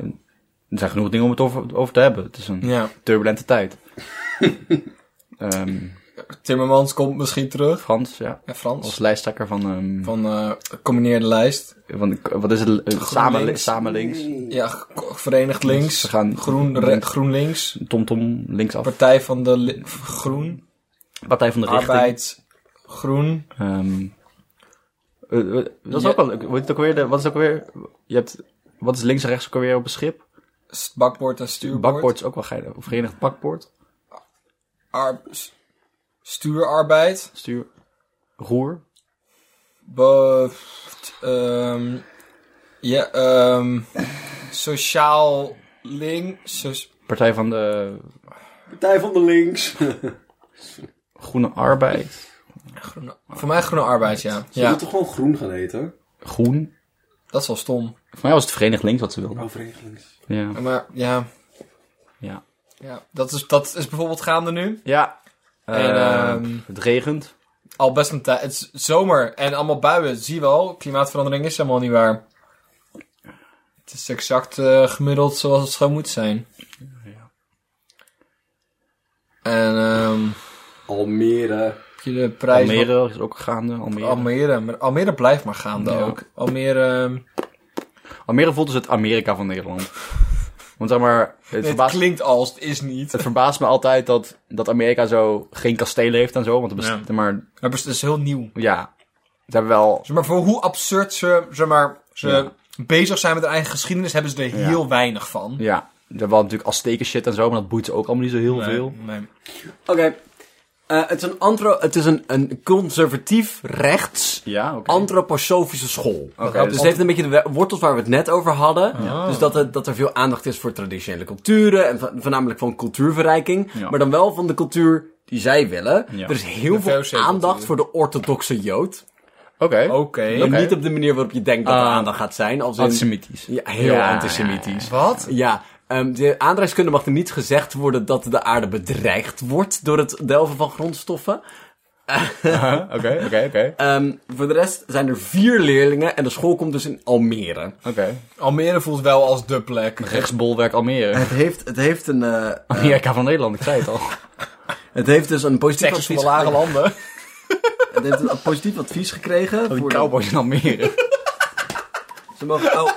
er zijn genoeg dingen om het over, over te hebben. Het is een Ja. turbulente <laughs> tijd. Ehm, Timmermans komt misschien terug. Frans, ja. Ja, Frans. Als lijsttrekker van, ehm, van, Van eh combineerde lijst. eh, wat is het? eh, Samen, links. samenlinks. Ja, g- verenigd Dus links. Ze gaan groen, re- groen links. TomTom linksaf. Partij van de li- Groen. Partij van de Richting. Arbeid. Groen. Ehm, eh, eh, dat is Ja. ook wel leuk. Hoe heet het ook weer? De- Wat is ook weer? Je hebt, wat is links en rechts ook alweer op een schip? S- Bakbord en stuurboord. Bakboord is ook wel geil. Of Verenigd bakboord. Ar- s- stuurarbeid. Stuur. Roer. Be- t- ehm, ja, ehm, sociaal links. soc- Partij van de Partij van de links. Groene Arbeid. groene- voor mij groene arbeid, ja. Ze ja. moeten gewoon groen gaan eten. Groen. Dat is wel stom. Voor mij was het Verenigd Links wat ze wilden. Overheen links. Ja. Maar ja, Ja. ja dat, is, dat is bijvoorbeeld gaande nu. ja. En, Eh, ehm, het regent. Al best een tijd. Het is zomer en allemaal buien. Zie je wel, klimaatverandering is helemaal niet waar. Het is exact eh, gemiddeld zoals het zou moeten zijn. En ehm Almere. heb je de prijs... Almere is ook gaande. Almere. Almere. Almere. Maar Almere blijft maar gaande Ja. ook. Almere... ehm, voelt dus het Amerika van Nederland. Want zeg maar, het, Het verbaast, klinkt als, het is niet. het verbaast me altijd dat, dat Amerika zo geen kastelen heeft en zo. Want het best- Ja. maar Maar het is heel nieuw. ja, ze hebben wel... Zeg maar, voor hoe absurd ze, zeg maar, ze Ja. bezig zijn met hun eigen geschiedenis, hebben ze er Ja. heel weinig van. Ja, ze hebben wel natuurlijk Azteken shit en zo, maar dat boeit ze ook allemaal niet zo heel Nee, veel. nee. Oké. Eh, het is een, antro het is een, een conservatief rechts Ja, oké. antroposofische school. Oké, Dus dus- het heeft een beetje de we- wortels waar we het net over hadden. Dus dat, het- dat er veel aandacht is voor traditionele culturen. En va- voornamelijk van cultuurverrijking. Ja. Maar dan wel van de cultuur die zij willen. Ja. Er is heel De veel VOC-cultuur. aandacht voor de orthodoxe jood. Oké. Oké. En Oké. niet op de manier waarop je denkt dat er Ah. aandacht gaat zijn. Als in- Antisemitisch. Ja, heel Ja, antisemitisch. Wat? Ja, ehm, de aardrijkskunde mag er niet gezegd worden dat de aarde bedreigd wordt door het delven van grondstoffen. Huh? <laughs> Oké, oké, oké. Ehm, voor de rest zijn er vier leerlingen en de school komt dus in Almere. Oké. Almere voelt wel als de plek. <laughs> Rechtsbolwerk Almere. <laughs> Het heeft, het heeft, een, eh, Amerika van Nederland, ik zei het al. het heeft dus een positief Texas van advies de lage gekregen. landen. <laughs> Het heeft een positief advies gekregen. Die voor de- cowboys in Almere. ze, mogen, oh,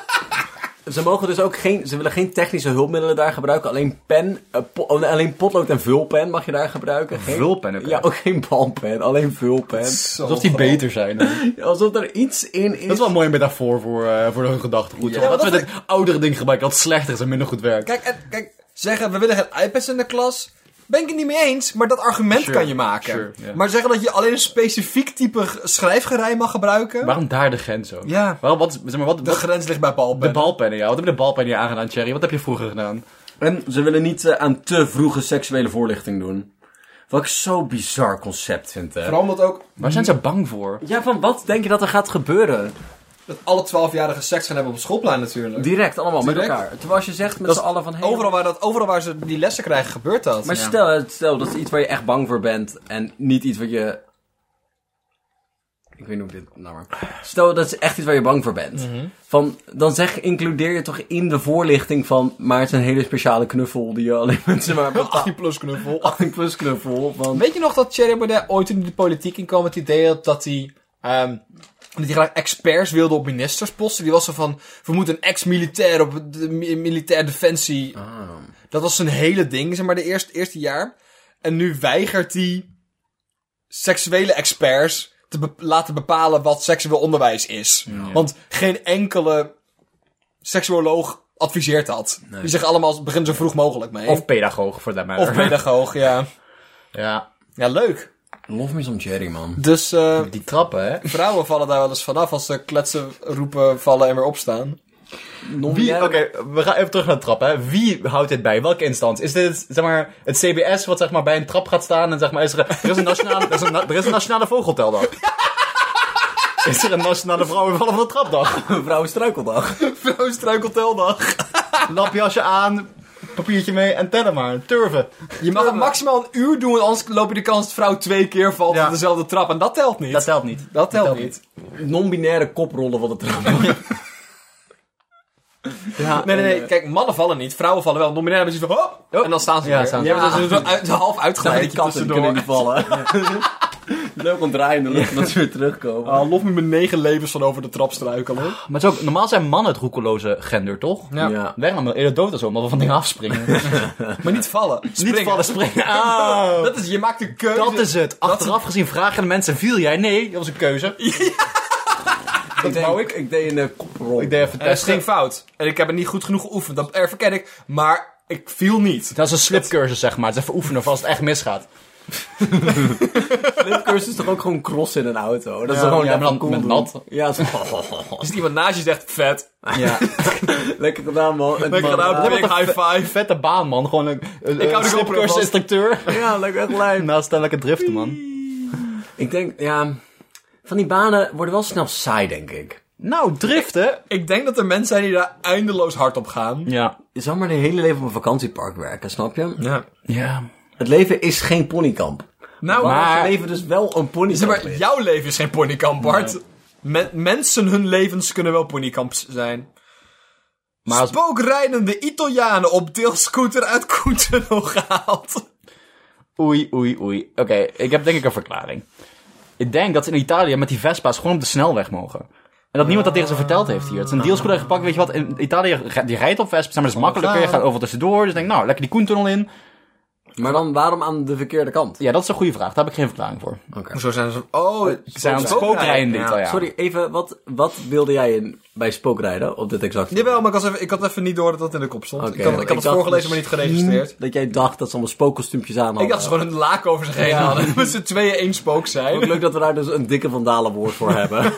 ze mogen dus ook geen, ze willen geen technische hulpmiddelen daar gebruiken. Alleen pen, eh, po- oh, nee, alleen potlood en vulpen mag je daar gebruiken. Geen, Vulpen ook Ja, echt. ook geen balpen, alleen <laughs> vulpen. Alsof die beter zijn. Dat Alsof er iets in is. is wel een mooie metafoor voor, eh, voor hun gedachtegoed. Ja, Ja, maar Laten we het oudere ding gebruiken dat slechter is en minder goed werkt. Kijk, en, kijk, zeggen we willen geen iPads in de klas. Ben ik het niet mee eens, maar dat argument Sure, kan je maken. sure, ja. Maar zeggen dat je alleen een specifiek type g- schrijfgerij mag gebruiken. Waarom daar de grens ook? Ja. Waarom, wat, is- zeg maar, wat, de wat- grens ligt bij de balpen. balpennen, ja. Wat heb je de balpennen hier aangedaan, Thierry? Wat heb je vroeger gedaan? En ze willen niet eh, aan te vroege seksuele voorlichting doen. Wat ik zo'n bizar concept vind, hè. Vooral omdat ook Waar zijn ze bang voor? Ja, van wat denk je dat er gaat gebeuren? dat alle 12-jarigen seks gaan hebben op schoolplein natuurlijk. Direct, allemaal Direct. met elkaar. Terwijl als je zegt met z'n allen van... Hey, Overal, waar dat, overal waar ze die lessen krijgen gebeurt dat. Maar stel, hè, stel, dat is iets waar je echt bang voor bent en niet iets wat je... Ik weet niet hoe ik dit... Nou maar. Stel, dat is echt iets waar je bang voor bent. Van, dan zeg, includeer je toch in de voorlichting van... Maar het is een hele speciale knuffel die je alleen mensen maar... <laughs> bepaalt. 18 plus knuffel. 18 plus knuffel, van... Weet je nog dat Thierry Baudet ooit in de politiek inkwam met het idee had dat hij... ehm, dat hij graag experts wilde op ministersposten. Die was zo van, we moeten een ex-militair op de mi- militair defensie. Dat was zijn hele ding, zeg maar, de eerste, eerste jaar. En nu weigert hij seksuele experts te be- laten bepalen wat seksueel onderwijs is. Want geen enkele seksuoloog adviseert dat. Die zeggen allemaal, begin zo vroeg mogelijk mee. Of pedagoog, voor dat matter. Of pedagoog, ja. Ja. Ja, leuk. Love me some cherry, man. Dus eh, Die trappen, hè? vrouwen vallen daar wel eens vanaf als ze kletsen, roepen, vallen en weer opstaan. Wie, oké, we gaan even terug naar de trap, hè. Wie houdt dit bij? Welke instantie? Is dit, zeg maar, het CBS wat, zeg maar, bij een trap gaat staan en, zeg maar, is er, er is een nationale, er is een, na- er is een nationale <laughs> vogelteldag. Is er een nationale vrouwenvallen van de trapdag? Vrouwen struikeldag. Vrouwen Oh, struikelteldag. Lapjasje aan, papiertje mee en tellen maar. Turven. Je mag het maximaal een uur doen, want anders loop je de kans dat vrouw twee keer valt Ja. op dezelfde trap. En dat telt niet. Dat telt niet. Dat telt niet. <laughs> Non-binaire koprollen van de trap. ja, Nee, nee, nee. Kijk, mannen vallen niet. Vrouwen vallen wel. Nominair hebben ze van... Hop, en dan staan ze Ja, weer. staan ze Oh. Ja, maar dat is zo <laughs> uit, half die uitgeleid katten kunnen niet vallen. <laughs> Leuk om draaien in de lucht, dat ze weer terugkomen. Ah, lof me mijn negen levens van over de trap struikelen. Maar het is ook, normaal zijn mannen het roekeloze gender, toch? Ja. Ja. Wij gaan wel eerder dood dan zo, omdat we van dingen <laughs> afspringen. Maar niet vallen. Niet Springen. vallen, <laughs> springen. Ah. Dat is, je maakt de keuze. Dat is het. Achteraf gezien vragen de mensen, viel jij? Nee, dat was een keuze. Dat wou ik. Ik deed een eh, koprol. Ik deed even Eh, het testen. ging fout. En ik heb het niet goed genoeg geoefend. Dat erken ik. Maar ik viel niet. Dat is een slipcursus, zeg maar. Het is even oefenen voor als het echt misgaat. Flipcursus is toch ook gewoon cross in een auto? Dat is Ja, gewoon ja, lekker maar dan cool met doen. nat. Ja, <laughs> het is- Als Dus iemand naast je zegt, vet. Ja. lekker gedaan, man. Het Lekker man- gedaan, ja, big high five. Vette baan, man. Gewoon een, een, een hou de GoPro vast. slipcursus-instructeur. <laughs> Ja, lekker echt lijp. Naast een lekker driften, man. Ik denk, ja... Van die banen worden wel snel saai, denk ik. Nou, driften. Ik denk dat er mensen zijn die daar eindeloos hard op gaan. Ja. Je zou maar de hele leven op een vakantiepark werken, snap je? Ja. Ja. Het leven is geen ponykamp. Nou, Maar, maar... Oh, het leven dus wel een Zeg ponykamp maar, is. jouw leven is geen ponykamp, Bart. Men- mensen, hun levens kunnen wel ponykamps zijn. Maar als- Spookrijdende Italianen op deelscooter uit <laughs> Koeteno gehaald. Oei, oei, oei. Oké, ik heb denk ik een verklaring. Ik denk dat ze in Italië met die Vespa's gewoon op de snelweg mogen. En dat niemand dat tegen ze verteld heeft hier. Het is een deelscooter gepakt, weet je wat. In Italië, ri- die rijdt op Vespa's, maar dat is makkelijker. Je gaat overal tussendoor. Dus ik denk, nou, lekker die Koentunnel in. Maar dan waarom aan de verkeerde kant? Ja, dat is een goede vraag. Daar heb ik geen verklaring voor. Zo zijn ze... Oh, Ze zijn aan het spookrijden in Italië. Sorry, even, wat, wat wilde jij in, bij spookrijden op dit exacte Jawel, maar ik, was even, ik had even niet door dat dat in de kop stond. Oké, ik had, want ik had het dacht voorgelezen, maar niet misschien geregistreerd. <laughs> Dat jij dacht dat ze allemaal spookkostuumpjes aan hadden. Ik dacht ze gewoon een laak over zich heen hadden. <laughs> Met z'n tweeën één spook Ook <laughs> zijn. leuk dat we daar dus een dikke vandalen woord voor <laughs> hebben.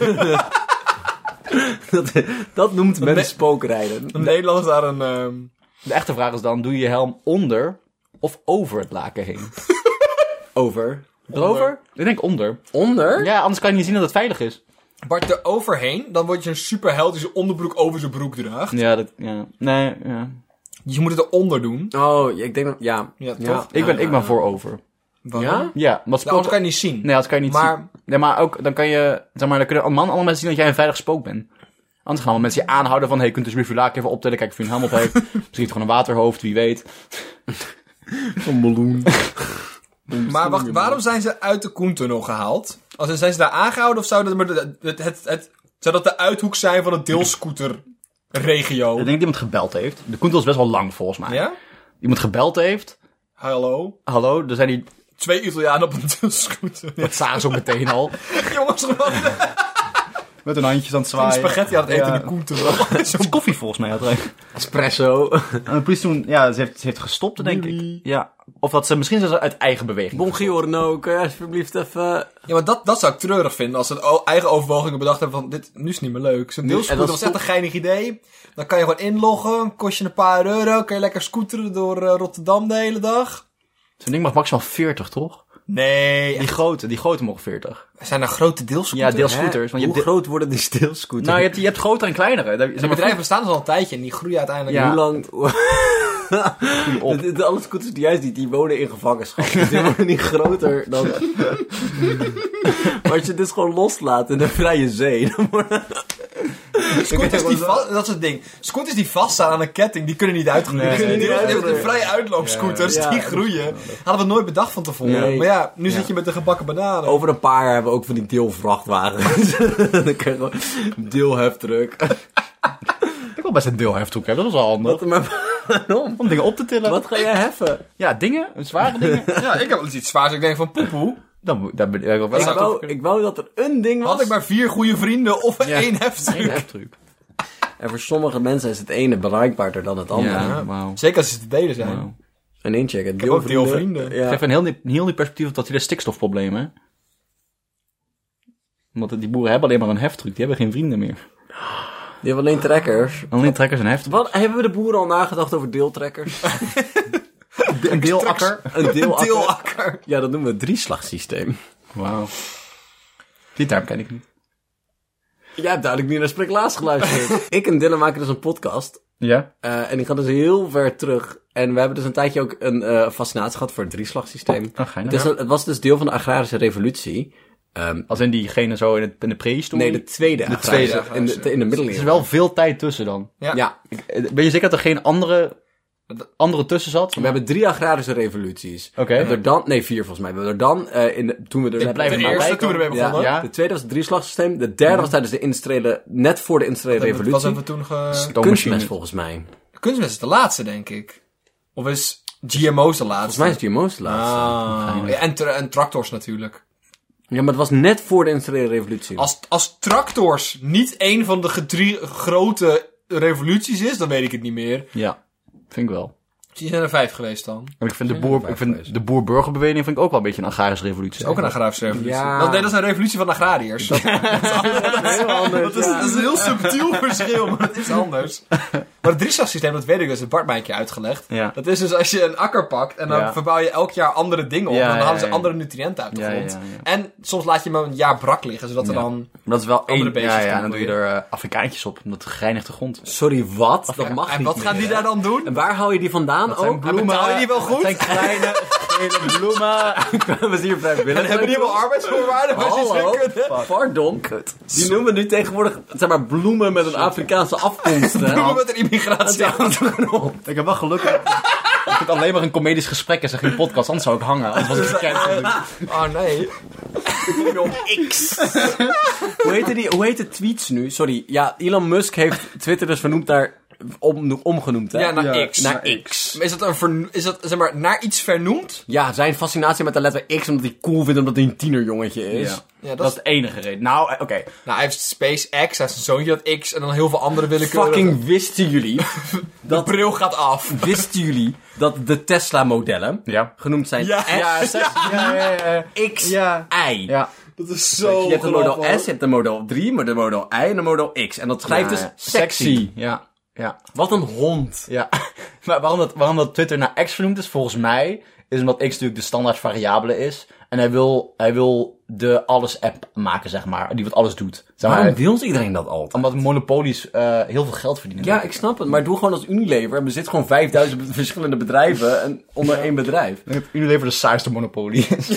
dat, dat noemt men Nee. spookrijden. De Nederlanders daar een... ehm, De echte vraag is dan, doe je je helm onder of over het laken heen? Over. Erover? Ik denk onder. Onder? Ja, anders kan je niet zien dat het veilig is. Bart er overheen, dan word je een superheld die zijn onderbroek over zijn broek draagt. Ja, dat... Ja. Nee, ja. Je moet het eronder doen. Oh, ja, ik denk dat... Ja. Ja, toch? Ik ben, ik ben voor over. Waarom? Ja? Ja, want Nou, spook... anders kan je niet zien. Nee, dat kan je niet Maar- zien. Nee, maar ook, dan kan je... Zeg maar, dan kunnen allemaal, allemaal mensen zien dat jij een veilig spook bent. Anders gaan wel mensen je aanhouden van... Hé, hey, kunt dus je laken even optillen, kijk of je een helm op heeft. Misschien heeft het gewoon een waterhoofd, wie weet. Een meloen. Maar wacht, waarom zijn ze uit de Koentunnel gehaald? Als in, zijn ze daar aangehouden of zou dat, maar de- het, het, het- zou dat de uithoek zijn van het deelscooterregio? Ik denk dat iemand gebeld heeft. De koentel is best wel lang, volgens mij. Ja? Iemand gebeld heeft. Hallo? Hallo, er zijn die... Twee Italianen op een <laughs> deelscooter. Dat zagen ze ook meteen al. Jongens, gewoon een Met hun handjes aan het zwaaien. spaghetti aan het eten Ja. in de <laughs> Koentunnel. Het is koffie volgens mij uiteindelijk. Espresso. En de politie toen, ja, ze heeft, ze heeft gestopt, denk ik. Ja. Of dat ze, misschien zijn ze uit eigen beweging. Bonjour, nou, kun je alsjeblieft even... Ja, maar dat, dat zou ik treurig vinden als ze het o- eigen overwogingen bedacht hebben van dit nu is niet meer leuk. Zo'n deelscooter en dat was echt een geinig idee. Dan kan je gewoon inloggen, kost je een paar euro, kan je lekker scooteren door eh, Rotterdam de hele dag. Zo'n ding mag maximaal 40, toch? Nee, Die grote, die grote mogen 40. er zijn er grote Ja, deelscooters? deelscooters. Want je Hoe hebt, de- groot worden die stilscooters? nou, je hebt, je hebt grotere en kleinere. Daar- Zeg Die maar, bedrijven bestaan dus al een tijdje en die groeien uiteindelijk. Ja. <laughs> Hoe <laughs> lang... De, de, alle scooters die jij ziet, die wonen in gevangenschap. Dus die worden niet groter <laughs> dan... maar als je dit gewoon loslaat in de vrije zee... Dan wordt... Scooters die va- dat is het ding. Scooters die vaststaan aan een ketting, die kunnen niet uitgroeien. Die kunnen niet uitgroeien. De vrije uitloopscooters, Ja, ja. die Ja, groeien. Hadden we nooit bedacht van tevoren. Nee. Oh. Maar ja, nu zit je met een gebakken bananen. Over een paar jaar hebben we ook van die deelvrachtwagens. <laughs> Dan krijg je gewoon deelheftruck. ik heb wel best een deelhefthoek hebben. Dat was al handig. Wat, <laughs> maar, Om dingen op te tillen. wat ga jij heffen? Ja, dingen. Zware dingen. <laughs> Ja, ik heb wel eens iets zwaars. Ik denk van poepoe. Dan, moet- dan ben ik wel... Ik wou, ik wou dat er een ding was. Had ik maar vier goede vrienden of één heftig. Eén apptruc. En voor sommige mensen is het ene bereikbaarder dan het andere. Ja, wauw. Zeker als ze te delen zijn. Wauw. En één check. Ik heb ook deelvrienden. Ja. Geef een heel, nieuw- een heel nieuw perspectief op dat hele stikstofprobleem, hè? Want die boeren hebben alleen maar een heftruck, die hebben geen vrienden meer. Die hebben alleen trekkers. Alleen trekkers en heftruck. Wat, hebben we de boeren al nagedacht over <laughs> deeltrekkers? Een deelakker. Een deelakker. Deelakker. Ja, dat noemen we het drieslagsysteem. Wauw. Die term ken ik niet. <laughs> Jij hebt duidelijk niet naar Spreklaas geluisterd. <laughs> ik en Dylan maken dus een podcast. Ja? eh, en die gaat dus heel ver terug. En we hebben dus een tijdje ook een eh, fascinatie gehad voor het drieslagsysteem. Oh, geinig. het, is, het was dus deel van de agrarische revolutie. Ehm, Als in diegene zo in, het, in de nee, prehistorie. de tweede agrarische. tweede in, agrarische. de, in de Er is middeleeuwen. wel veel tijd tussen dan. Ja. Ja, Ik- eh, Ben je zeker dat er geen andere, andere tussen zat? We hebben drie agrarische revoluties. Oké. We hebben er dan, nee, vier volgens mij. We hebben er dan, eh, in de- toen we er net blijf bij de kwamen. eerste toen we erbij Ja, begonnen. ja. De tweede was het drieslagsysteem. De derde was tijdens de industriële, net voor de industriële revolutie. Wat hebben we toen ge... Kunstmest volgens mij. Volgens Kunstmest is de laatste, denk ik. Of is GMO's de laatste? mij is het GMO's de laatste. Ah, ja, en, tra- en tractors natuurlijk. Ja, Oh. maar het was net voor de industriële revolutie. Als, als tractors niet één van de gedrie grote revoluties is, dan weet ik het niet meer. Ja, vind ik wel. Misschien zijn er vijf geweest dan. En ik vind de, boer, ik vind de boer-burgerbeweging vind ik ook wel een beetje een agrarische revolutie. Ook een agrarische revolutie. Ja. Dat, nee, dat is een revolutie van <laughs> agrariërs. Dat, heel anders. is, ja. dat is een heel subtiel verschil, <laughs> maar het is anders. Maar het drieslagsysteem, dat weet ik, dat is het Bart mij een keer uitgelegd. Ja. Dat is dus als je een akker pakt en dan Ja. verbouw je elk jaar andere dingen op. Ja, dan ja, halen ze ja. andere nutriënten uit de Ja, grond. ja, ja. En soms laat je hem een jaar brak liggen, zodat er dan... Maar dat is wel Andere één. beestjes Ja, ja, kunnen en dan doe je er eh, Afrikaantjes op, omdat het gereinigde grond is. <laughs> Sorry, wat? dat mag en niet wat gaan meer. die daar dan doen? En Dus waar hou je die vandaan Oh, ook? bloemen. Betalen die wel goed? Het <laughs> zijn kleine <laughs> gele bloemen. <laughs> We zien hier vrijwillig. En hebben die wel arbeidsvoorwaarden? waar ze iets mee Hallo, kunnen? pardon. Die noemen nu tegenwoordig, zeg maar, bloemen met een Afrikaanse afkomst. <laughs> <laughs> hè? Bloemen met een immigratie. Ik heb wel geluk dat dat het alleen maar een comedisch gesprek is en geen podcast. Anders zou ik hangen. Anders was ik gekend. <laughs> Oh nee. Hoe heet, die, hoe heet de tweets nu? Sorry, ja, Elon Musk heeft Twitter dus vernoemd naar... Om, omgenoemd, hè? Ja, naar Ja, X. naar X. Maar Is dat, een vern- is dat zeg maar, naar iets vernoemd? Ja, zijn fascinatie met de letter X, omdat hij cool vindt, omdat hij een tienerjongetje is. Ja. Ja, dat, Dat is is... de enige reden. Nou, eh, oké. Nou, hij heeft SpaceX, hij heeft zijn zoontje dat X en dan heel veel andere willekeurige... Fucking <laughs> wisten jullie, De bril gaat af. wisten jullie dat de Tesla-modellen Ja. genoemd zijn Ja. S, Ja, zes- ja, ja, ja. X, Ja. Y. Ja. Dat is Je hebt een model S, je hebt een model 3, maar de model I en de model X. En dat schrijft dus sexy. Ja. Ja. Wat een hond. Ja. <laughs> Maar waarom dat, waarom dat Twitter naar X vernoemd is, volgens mij, is omdat X natuurlijk de standaard variabele is. En hij wil, hij wil de alles-app maken, zeg maar. Die wat alles doet. Zeg maar, Waarom deelt iedereen dat altijd? omdat monopolies eh, heel veel geld verdienen. Ja, ik snap het. Maar doe gewoon als Unilever en bezit gewoon 5000 be- <laughs> verschillende bedrijven en onder één bedrijf. Ik denk dat Unilever de saaiste monopolie is.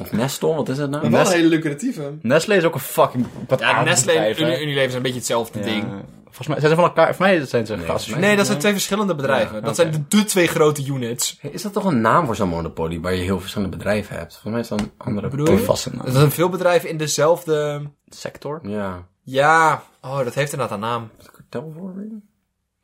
Of Nestle, wat is dat nou? Wel een hele lucratieve. <laughs> Nestlé is ook een fucking... Wat Ja, aardig Nestlé bedrijf, en hè? Uni- Unilever zijn een beetje hetzelfde ding. Volgens mij zijn ze van elkaar. Voor mij zijn ze gasten. Nee, dat zijn twee verschillende bedrijven. Dat zijn de, de twee grote units. Hey, Is dat toch een naam voor zo'n monopolie waar je heel verschillende bedrijven hebt? Volgens mij is dat een andere bedoel je? vast Er zijn veel bedrijven in dezelfde... sector. Ja. Ja, oh, dat heeft inderdaad een naam. Kartelvorming?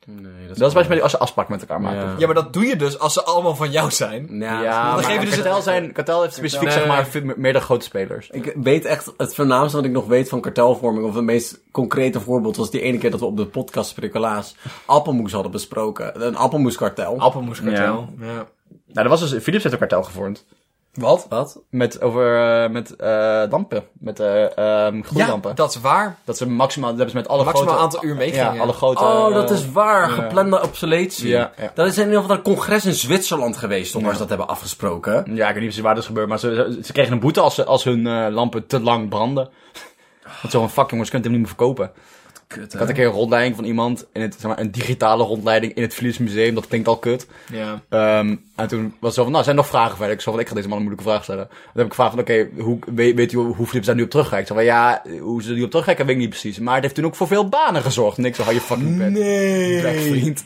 Nee, dat is, Dat is bij als ze afspraken met elkaar maken. Ja. Ja, maar dat doe je dus als ze allemaal van jou zijn. Ja, maar maar geven een dus- kartel, zijn, kartel heeft specifiek Kartel. zeg maar veel meer- meerdere grote spelers. ik weet echt het voornaamste wat ik nog weet van kartelvorming, of het meest concrete voorbeeld was die ene keer dat we op de podcast Sprikkelaas appelmoes hadden besproken. Een appelmoeskartel. Appelmoeskartel. Ja. Nou, dat was dus Philips heeft een kartel gevormd Wat? wat? met over eh, met eh, lampen, met eh ehm Ja, gloeilampen. dat... dat is waar. ze maximaal dat hebben ze met alle Maximaal grote aantal uur meegingen. Ja, alle grote. Oh, dat eh, is waar. Geplande obsoletie. Ja, ja. Dat is in ieder geval een congres in Zwitserland geweest, omdat ze dat hebben afgesproken. Ja, ik weet niet precies waar dat is gebeurd, maar ze, ze- ze kregen een boete als, ze, als hun eh, lampen te lang Ah. brandden. Dat zo'n fuck jongens, je kunt hem niet meer verkopen. Kut, Ik had een keer een rondleiding van iemand, in het, zeg maar, een digitale rondleiding in het Philips Museum, dat klinkt al kut. Ja. Ehm, en toen was het zo van, nou, zijn er nog vragen verder? Ik zei van, ik ga deze man een moeilijke vraag stellen. Toen heb ik gevraagd van, oké, hoe, weet, weet u hoe Philips daar nu op terugkijkt? Ze van, ja, hoe ze er nu op terugkijken, weet ik niet precies. Maar het heeft toen ook voor veel banen gezorgd. En ik zei, hou je fucking bed. Weg, Nee. vriend.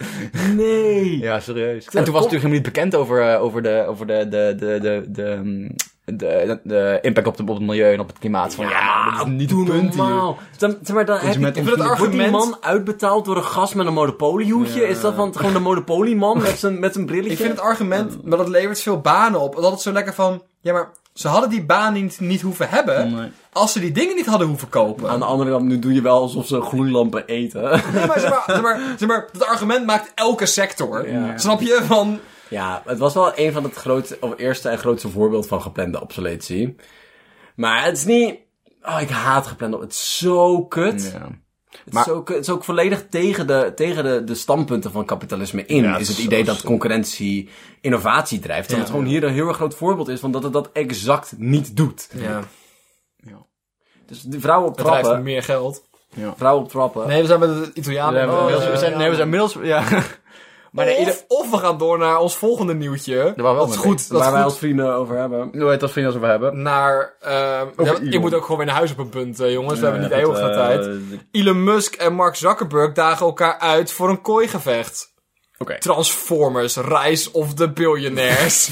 Nee. <laughs> Ja, serieus. En toen was het natuurlijk helemaal niet bekend over, eh, over, de, over de, de, de, de, de, ehm, de, de, de impact op, de, op het milieu en op het klimaat. Van, ja, maar dat is niet het Doe punt hier. normaal. Oh, Dan, zeg maar, dan heb je, met- wordt die- wordt die man uitbetaald door een gast met een monopoliehoedje? Is dat van gewoon de monopolieman met zijn, met zijn brilletje? Ik vind het argument, maar dat levert veel banen op. Dat het zo lekker van, ja maar Ze hadden die baan niet, niet hoeven hebben als ze die dingen niet hadden hoeven kopen. Aan de andere kant, nu doe je wel alsof ze gloeilampen eten. Nee, maar, zeg maar, zeg maar, zeg maar, dat argument maakt elke sector. Ja. Snap je? Van, <laughs> Ja, het was wel een van het grootste, of eerste en grootste voorbeeld van geplande obsoletie. Maar het is niet... Oh, ik haat geplande Het is zo kut. Ja. Het, is ook, het is ook volledig tegen de, tegen de, de standpunten van kapitalisme in. Ja, het is het is idee zo- dat concurrentie innovatie drijft. Dat het gewoon hier een heel erg groot voorbeeld is van dat het dat exact niet doet. ja, Dus die vrouwen op bedrijf trappen. meer geld. Vrouwen op trappen. Nee, we zijn met de Italianen. hebben Oh, inmiddels- we ja. zijn, nee, we zijn inmiddels... Ja. Maar nee, ieder... of, of we gaan door naar ons volgende nieuwtje. Daar waren we wel dat is mee goed. Dat is waar wij goed. als vrienden over hebben. <laughs> Nooit als vrienden als we hebben. Naar, ehm ja, Elon. je moet ook gewoon weer naar huis op een punt, eh, jongens. We hebben niet Ja, eeuwig goed, eh, veel tijd. Elon Musk en Mark Zuckerberg dagen elkaar uit voor een kooigevecht. Oké. Transformers, Rise of the <laughs> Billionaires.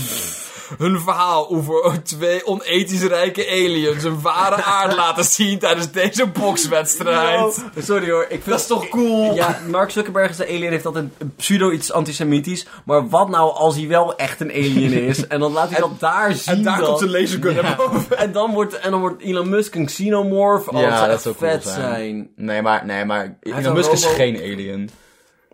Hun verhaal over twee onethisch rijke aliens hun ware <laughs> aard laten zien tijdens deze bokswedstrijd. Oh, sorry hoor, ik vind... Dat is toch cool? Ja, Mark Zuckerberg is een alien, heeft altijd een pseudo iets antisemitisch. Maar wat nou als hij wel echt een alien is? En dan laat hij dat daar zien en daar dan. komt de lasergun naar boven. En dan wordt, en dan wordt Elon Musk een xenomorph. Oh, Ja, het zou dat echt zou cool vet zijn. zijn. Nee, maar... Nee, maar is een Elon Musk is robot. geen alien.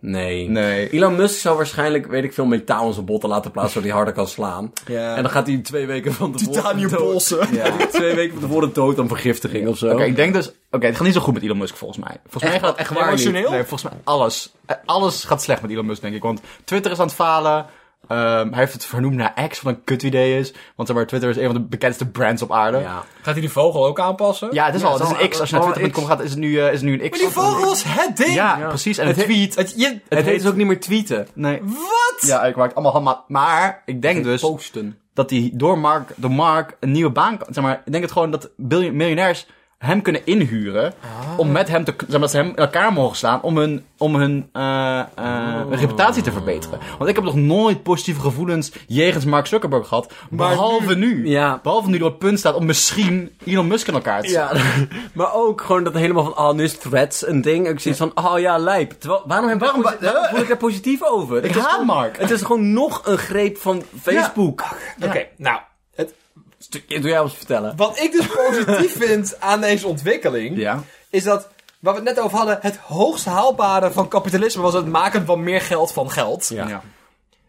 Nee. Nee. Elon Musk zou waarschijnlijk, weet ik veel, metaal in zijn botten laten plaatsen zodat hij harder kan slaan. Ja. En dan gaat hij twee weken van tevoren Titanium dood. polsen. Ja, twee weken van tevoren dood aan vergiftiging of zo. Oké, ik denk dus... Oké, het gaat niet zo goed met Elon Musk volgens mij. Volgens mij gaat het echt waar Emotioneel? Niet. Nee, volgens mij alles. eh, Alles gaat slecht met Elon Musk, denk ik. Want Twitter is aan het falen. Ehm, hij heeft het vernoemd naar X, wat een kut idee is. Want zeg maar, Twitter is een van de bekendste brands op aarde. Ja, Ja. Gaat hij die vogel ook aanpassen? het is al het is een X. Als je naar al een Twitter.com gaat, is het nu, eh, is het nu een X. Maar die vogel is het ding! Ja, precies. En het Het heet- tweet. Het, je, Het, heet dus ook niet meer tweeten. Nee. wat? Ja, ik maak het allemaal handmaat. Maar ik denk dus Posten. dat hij door Mark, door Mark een nieuwe baan kan. Zeg maar, ik denk het gewoon dat biljo- miljonairs hem kunnen inhuren. Ah. Om met hem te, zeg maar, dat ze hem in elkaar mogen slaan. Om hun, om hun eh, eh, Oh. reputatie te verbeteren. Want ik heb nog nooit positieve gevoelens jegens Mark Zuckerberg gehad. behalve nu. Ja. Behalve nu door het punt staat om misschien Elon Musk in elkaar te Ja, <laughs> maar ook gewoon dat helemaal van, ah, nu is threads een ding. Ik zie van, oh ja, lijp. Terwijl, waarom, heb Waarom ik wa- <laughs> daar posi- waarom voel ik daar positief over? Ik Het is haat gewoon- Mark. Het is gewoon nog een greep van Facebook. Oké, nou. Het, Stu- Doe jij ons vertellen? wat ik dus positief vind aan deze ontwikkeling. Ja. is dat. Waar we het net over hadden, het hoogst haalbare van kapitalisme was het maken van meer geld van geld. Ja. Ja.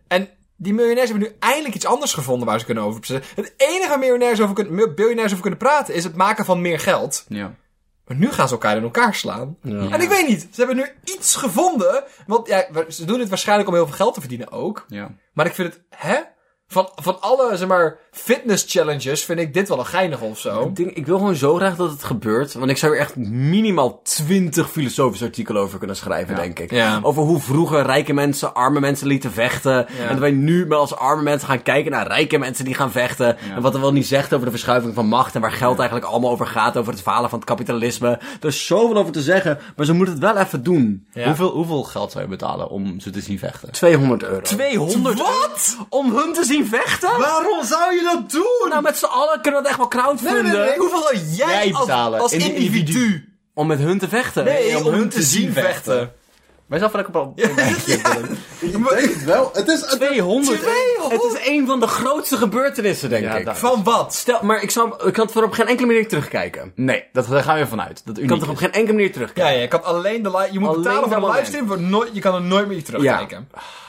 En die miljonairs hebben nu eindelijk iets anders gevonden waar ze kunnen over beslissen. Het enige waar miljonairs over kunnen, mil- biljonairs over kunnen praten is het maken van meer geld. Ja. Maar nu gaan ze elkaar in elkaar slaan. En ik weet niet, ze hebben nu iets gevonden. Want ja, ze doen dit waarschijnlijk om heel veel geld te verdienen ook. ja. Maar ik vind het, hè? Van, van alle, zeg maar, fitness challenges vind ik dit wel een geinig of zo. Ik, denk, ik wil gewoon zo graag dat het gebeurt. Want ik zou er echt minimaal twintig filosofische artikelen over kunnen schrijven, denk ik. Ja. Over hoe vroeger rijke mensen arme mensen lieten vechten. En dat wij nu maar als arme mensen gaan kijken naar rijke mensen die gaan vechten. En wat er wel niet zegt over de verschuiving van macht. En waar geld eigenlijk allemaal over gaat. Over het falen van het kapitalisme. Er is zoveel over te zeggen. Maar ze moeten het wel even doen. Ja. Hoeveel, hoeveel geld zou je betalen om ze te zien vechten? 200 euro. 200 Wat? Om hun te zien vechten? Waarom zou je dat doen? Nou, met z'n allen kunnen we dat echt wel crowdfunden. Nee, nee, nee, nee. Hoeveel zou jij, Jij als- betalen, als, in- individu? Om met hun te vechten. Nee, om, hun te zien vechten. Wij zijn wel lekker op. Ik denk het wel. Het is... Het, 200. 200? Het is een van de grootste gebeurtenissen, denk Ja, ik. daar- Van wat? Stel, maar ik, zou, ik kan het voor op geen enkele manier terugkijken. <laughs> Nee, dat, daar gaan we even vanuit. Dat Ik kan het er uniek op geen enkele manier terugkijken. Ja, ja, je kan alleen de li- Je moet Alleen betalen voor dat een moment. livestream. Voor nooit, je kan er nooit meer terugkijken.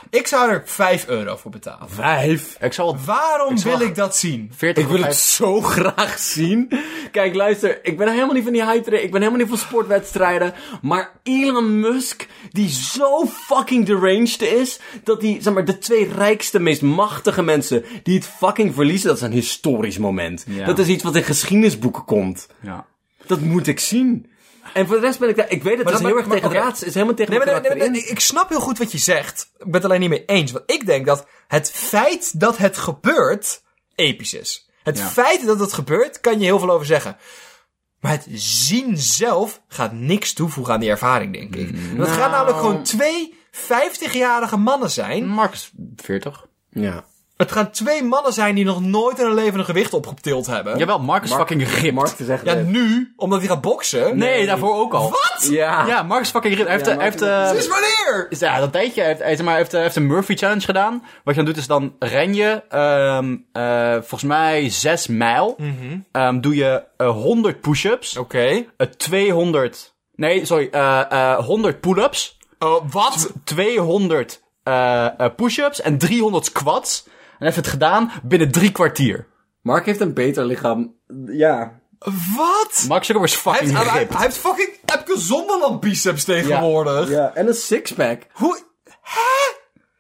Ik zou er 5 euro voor betalen. Vijf. is. Ik zal het Waarom zal- wil ik dat zien? 40 Ik wil het zo <laughs> graag zien. Kijk, luister, ik ben helemaal niet van die hype train. Ik ben helemaal niet van sportwedstrijden. Maar Elon Musk, die zo fucking deranged is. Dat die, zeg maar, de twee rijkste, meest machtige mensen die het fucking verliezen. Dat is een historisch moment. Ja. Dat is iets wat in geschiedenisboeken komt. Ja. Dat moet ik zien. En voor de rest ben ik daar... Ik weet het, dat is dat heel maakt- erg tegen maar- het raads. is helemaal tegen Nee, het maar, nee, karakter nee, nee, in. nee, ik snap heel goed wat je zegt. Ik ben het alleen niet mee eens. Want ik denk dat het feit dat het gebeurt episch is. Het Ja. feit dat het gebeurt, kan je heel veel over zeggen. Maar het zien zelf gaat niks toevoegen aan die ervaring, denk ik. Dat gaan namelijk gewoon twee 50-jarige mannen zijn. Marcus 40. Ja. Oké, Het gaan twee mannen zijn die nog nooit in hun leven een gewicht opgetild hebben. Ja, Jawel, Mark is fucking ripped. Mark is echt leuk. nu, omdat hij gaat boksen. nee, daarvoor ook al. Wat? Ja. Ja, Mark is fucking ripped. Hij heeft, Ah. eh, hij Ja, Mark heeft, eh, Sinds wanneer? is- ja, dat tijdje. Hij heeft, hij, zeg maar, heeft, eh, heeft een Murphy Challenge gedaan. Wat je dan doet is dan ren je, ehm, eh, volgens mij 6 mijl. Ehm, doe je eh, 100 push-ups, Oké. eh, 200, nee, sorry, eh, eh, 100 pull-ups, Oh, wat? 200 eh, eh, push-ups en 300 squats. En hij heeft het gedaan binnen drie kwartier. Mark heeft een beter lichaam. Ja. Wat? Mark Zuckerberg is Hij heeft, fucking hij, ripped. hij heeft fucking Epke Zonderland biceps tegenwoordig. ja. En een sixpack. Hoe?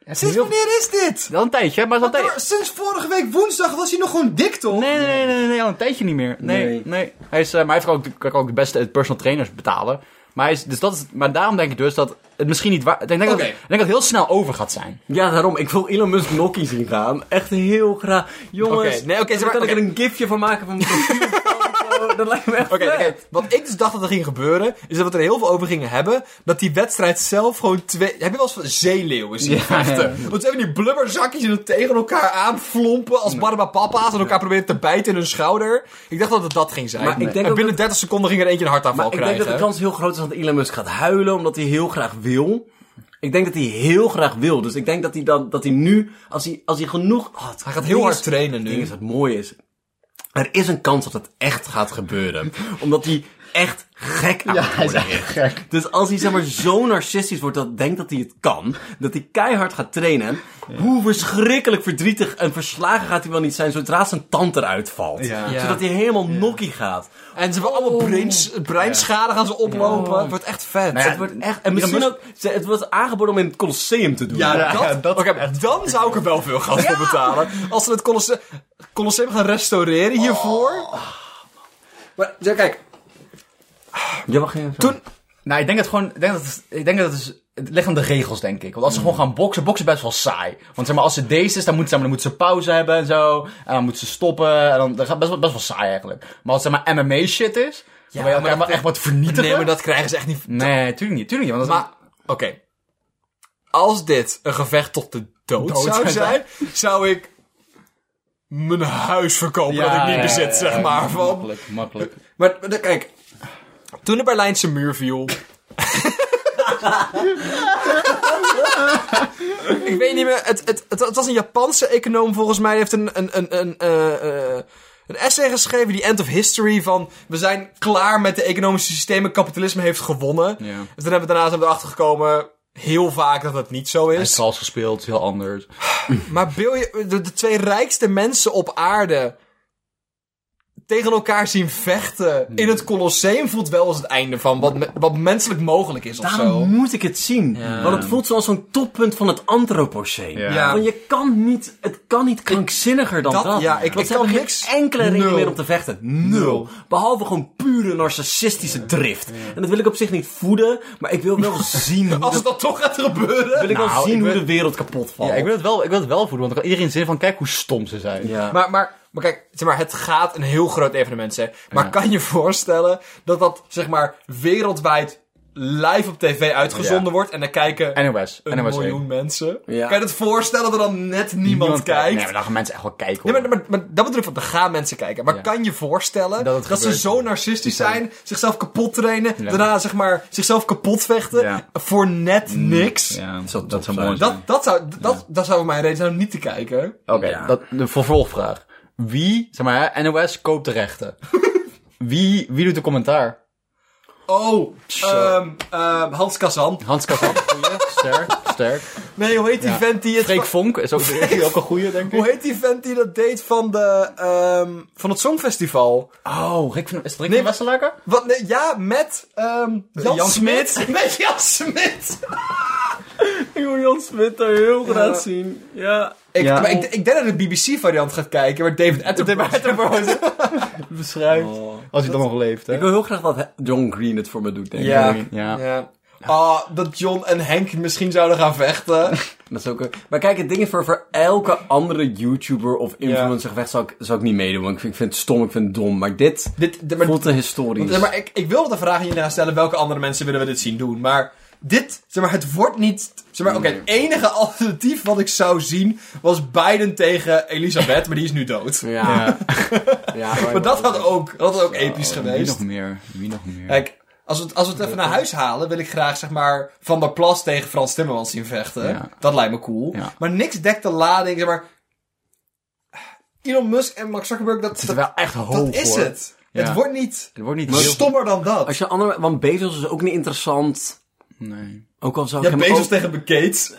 Hè? Sinds wanneer is dit? Al een tijdje, maar is al een tijdje. Maar sinds vorige week woensdag was hij nog gewoon dik, toch? Nee, nee, nee, nee, nee, al een tijdje niet meer. Nee, Nee. nee. Hij is, eh, maar hij heeft ook, kan ook de beste personal trainers betalen. Maar, hij is, dus dat is, maar daarom denk ik dus dat het misschien niet waar... Ik denk, dat, Oké. ik denk dat het heel snel over gaat zijn. Ja, daarom. Ik wil Elon Musk Nokkie zien gaan. Echt heel graag. Jongens. Oké, nee, oké, daar maar- kan ik oké. er een gifje van maken van <laughs> mijn profielfoto. Dat lijkt me echt Oké, oké. vet. wat ik dus dacht dat er ging gebeuren, is dat we er heel veel over gingen hebben, dat die wedstrijd zelf gewoon twee... Heb je wel eens van zeeleeuwen zien vechten? Want ze hebben die blubberzakjes en het tegen elkaar aanflompen als barbapapa's en elkaar proberen te bijten in hun schouder. Ik dacht dat het dat ging zijn. Maar ik en denk ook binnen dat- 30 seconden ging er eentje een hartaanval Maar ik denk krijgen. dat de kans heel groot is dat Elon Musk gaat huilen, omdat hij heel graag wil. Ik denk dat hij heel graag wil. Dus ik denk dat hij, dan, dat hij nu, als hij, als hij genoeg... Oh, het Hij gaat ding heel is- hard trainen Het ding nu. is, het mooie is, er is een kans dat het echt gaat <laughs> gebeuren. omdat hij echt gek aan het worden is. Dus als hij zeg maar zo narcistisch wordt dat denkt dat hij het kan, dat hij keihard gaat trainen, hoe verschrikkelijk verdrietig en verslagen gaat hij wel niet zijn zodra zijn tand eruit valt. Ja. Zodat hij helemaal nokkie gaat. En ze hebben Oh. allemaal brains, breinschade gaan ze oplopen. Het wordt echt vet. het wordt echt. En misschien ook. ze- Het wordt aangeboden om in het Colosseum te doen. Ja, Ja, dat, ja, dat oké, dan zou ik er wel veel geld voor betalen. Als ze het Colosse- Colosseum gaan restaureren hiervoor. Maar, ja, kijk. Ja, wacht even. Toen. Nou, ik denk dat gewoon. Ik denk dat het, ik denk dat het, is, het ligt aan de regels, denk ik. Want als ze gewoon gaan boksen, boksen is best wel saai. Want zeg maar, als ze deze is, dan moeten ze, dan moeten ze pauze hebben en zo. En dan moeten ze stoppen. En dan dat gaat best wel, best wel saai eigenlijk. Maar als het zeg maar MMA shit is, dan ben je maar elkaar wel echt wat vernietigen. Nee, maar dat krijgen ze echt niet. Nee, tuurlijk niet. Tuurlijk niet want dat is- Maar, oké. Als dit een gevecht tot de dood, zou zijn, zou ik mijn huis verkopen Ja, dat ik niet ja, bezit, ja, zeg ja, maar. Van. Makkelijk, makkelijk. Maar, maar kijk, toen de Berlijnse muur viel... ik weet niet meer, het, het, het, het was een Japanse econoom volgens mij, die heeft een, een, een, een, eh, eh, een essay geschreven, die End of History, van we zijn klaar met de economische systemen, kapitalisme heeft gewonnen. Ja. Dus dan hebben we daarna zijn we erachter gekomen, heel vaak dat dat niet zo Hij is. is vals gespeeld, heel anders. Maar wil je de, de twee rijkste mensen op aarde tegen elkaar zien vechten in het Colosseum voelt wel als het einde van wat, me- wat menselijk mogelijk is of Daarom zo. moet ik het zien. Want het voelt zoals zo'n toppunt van het antropoceen. Ja. Want je kan niet, het kan niet krankzinniger dan dat- dat. ja, ik- Want ik kan ze hebben geen niks- enkele reden Nul. meer om te vechten. Nul. Behalve gewoon pure narcistische drift. En dat wil ik op zich niet voeden, maar ik wil <laughs> wel zien hoe, Als de, het dan toch gaat gebeuren. wil ik wel Nou, zien ik hoe wil- de wereld kapot valt. Ja, ik wil het wel, ik wil het wel voelen, want dan kan iedereen zin van kijk hoe stom ze zijn. Ja. Maar, maar, maar kijk, zeg maar, het gaat een heel groot evenement zijn. Maar kan je voorstellen dat dat zeg maar, wereldwijd live op tv uitgezonden Ja. wordt en dan kijken Anyways, een anyways. miljoen mensen? Ja. Kan je het voorstellen dat er dan net niemand, kijkt? Nee, maar dan gaan mensen echt wel kijken. Nee, hoor. maar, maar, maar dat bedoel ik van, er gaan mensen kijken. Maar Ja. kan je voorstellen Dat dat, het ze gebeurt. zo narcistisch zijn, zichzelf kapot trainen, daarna zeg maar zichzelf kapot vechten, Ja. Mm, voor net niks? Ja, zou top dat zou zijn. mooi zijn. Dat, dat, zou, dat, dat zou voor mij een reden zijn om niet te kijken. Oké, Ja. dat- de vervolgvraag. Wie, zeg maar, hè, NOS koopt de rechten. wie, wie doet de commentaar? Oh, ehm, ehm, Hans Kazan. Hans Kazan, goeie. Sterk, sterk. Nee, hoe heet die Ja. vent die het... Freek van- Vonk is ook, is ook een goeie, denk ik. hoe heet die vent die dat deed van, de, ehm, van het Songfestival? Oh, Rick van, is het Rick Nee, van Westerlaken? Wat, nee, ja, met ehm, Jan, Jan Smit. Smit. <laughs> Met Jan Smit. Ik wil Jan Smit er heel graag zien. Ja. Ik, Ja. maar ik, ik denk dat ik de BBC-variant gaat kijken, waar David Attenborough... Beschrijft. Als hij dan nog leeft, hè? Ik wil heel graag dat John Green het voor me doet, denk ik. Ja. Ja. Ja. Ah, dat John en Henk misschien zouden gaan vechten. Dat is ook een- Maar kijk, het ding is voor, voor elke andere YouTuber of influencer gevecht zou ik, zou ik niet meedoen. Want ik vind, ik vind het stom, ik vind het dom. Maar dit dit, dit- maar, voelt te historisch. want, zeg maar ik, ik wilde de vraag aan jullie gaan stellen: welke andere mensen willen we dit zien doen? Maar dit, zeg maar, het wordt niet... Zeg maar, oké, het enige alternatief wat ik zou zien was Biden tegen Elisabeth, maar die is nu dood. Ja. <laughs> ja Maar dat had ook, dat had ook episch Wie geweest. nog meer? Wie nog meer? Kijk, als we, het, als we het even naar huis halen, wil ik graag zeg maar Van der Plas tegen Frans Timmermans zien vechten. Ja. Dat lijkt me cool. Ja. Maar niks dekt de lading, zeg maar. Elon Musk en Mark Zuckerberg, dat, Het is dat, wel echt dat hoog, is hoor. het. Ja. Het wordt niet Er wordt niet heel stommer dan dat. Als je andere, want Bezos is ook niet interessant. Nee. Ook al zou Ja, ik hem Bezos ook- tegen Bill <laughs> Gates.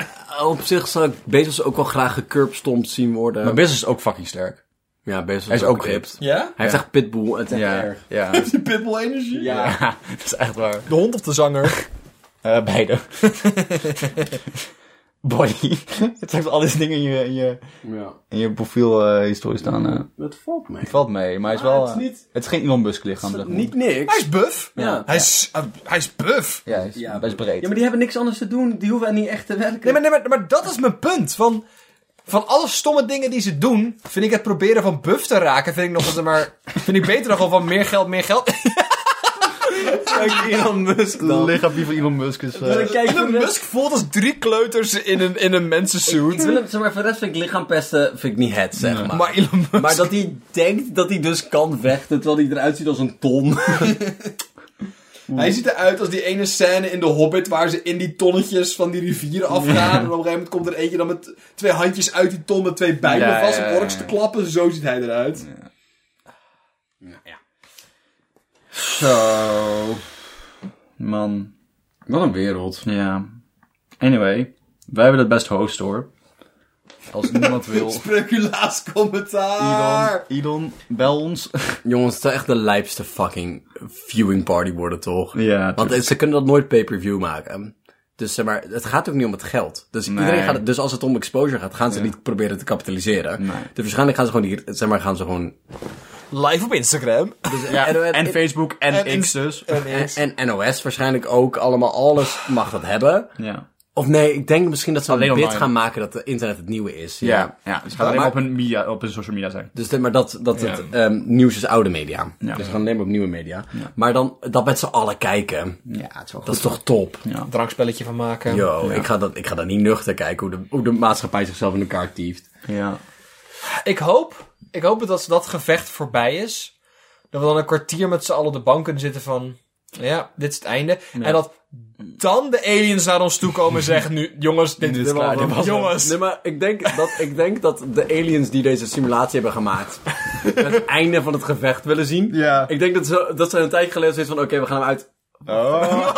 op zich zou ik Bezos ook wel graag gecurbstompt zien worden. Maar Business is ook fucking sterk. ja, Bezos Hij is ook ripped. Ja? Hij heeft echt pitbull. Het is echt Ja, erg. ja. Die pitbull energie. Ja, dat is echt waar. De hond of de zanger. Eh, beide. Body. <laughs> Het heeft al deze dingen in je, in je, Ja. in je profielhistorie staan. eh. Het valt mee. Het valt mee, maar hij is wel... het is eh, niet- het is geen Elon Musk lichaam, zeg maar. Niet niks. Hij is buff. Ja. Hij, is, eh, hij is buff. Ja, hij is best breed. Ja, maar die hebben niks anders te doen. Die hoeven niet echt te werken. Nee, maar, nee, maar, maar dat is mijn punt. Van, van alle stomme dingen die ze doen, vind ik het proberen van buff te raken, vind ik nog altijd maar. Vind ik beter dan gewoon van meer geld, meer <laughs> geld. Elon Musk Het lichaampje van Elon Musk is... eh, Kijk, Elon Musk voelt als drie kleuters in een, in een Ik wil mensensuit. hem, zeg maar, voor de rest vind ik lichaam pesten vind ik niet het, zeg maar. Maar Elon Musk. Maar dat hij denkt dat hij dus kan vechten, terwijl hij eruit ziet als een ton. Hij ziet eruit als die ene scène in The Hobbit waar ze in die tonnetjes van die rivieren afgaan. En op een gegeven moment komt er eentje dan met twee handjes uit die ton met twee bijlen Ja, vast ja, om ja. orks te klappen. Zo ziet hij eruit. Zo. Man. <laughs> Wat een wereld. Ja. Anyway, wij hebben het best host hoor. <laughs> Als niemand wil. Speculaas commentaar. Elon, bel ons. Jongens, het zou echt de lijpste fucking viewing party worden, toch? Ja, Want eh, ze kunnen dat nooit pay-per-view maken. Dus zeg maar, het gaat ook niet om het geld. Dus, iedereen gaat, het- dus als het om exposure gaat, gaan ze niet proberen te kapitaliseren. Dus waarschijnlijk gaan ze gewoon, die, zeg maar, gaan ze gewoon... Live op Instagram. Ja, Dus, en- en, en- Facebook en, en- X dus. En, en NOS waarschijnlijk ook, allemaal, alles mag dat hebben. Ja. Of nee, ik denk misschien dat ze een bid online. gaan maken dat de internet het nieuwe is. Ja. ja. Dus het gaat alleen maar maar- op hun, media, op hun social media zijn. Dus dit- maar dat, dat het ehm, nieuws is oude media. Ja. Dus we gaan alleen maar op nieuwe media. Maar dan dat met z'n allen kijken. Ja, het is wel Dat is toch top? Drankspelletje van maken. Yo, ik, ga dat, ik ga dat niet nuchter kijken hoe de, hoe de maatschappij zichzelf in elkaar tieft. Ja. Ik hoop, ik hoop dat als dat gevecht voorbij is, dat we dan een kwartier met z'n allen op de bank kunnen zitten van, ja, dit is het einde. En dat dan de aliens naar ons toe komen en zeggen nu, jongens, dit, is klaar. dit was jongens. Nee, maar ik denk, dat, ik denk dat de aliens die deze simulatie hebben <laughs> gemaakt... het einde van het gevecht willen zien. Ja. Ik denk dat ze, dat ze een tijdje geleden zoiets van... Oké, we gaan hem <laughs> uit... Oh.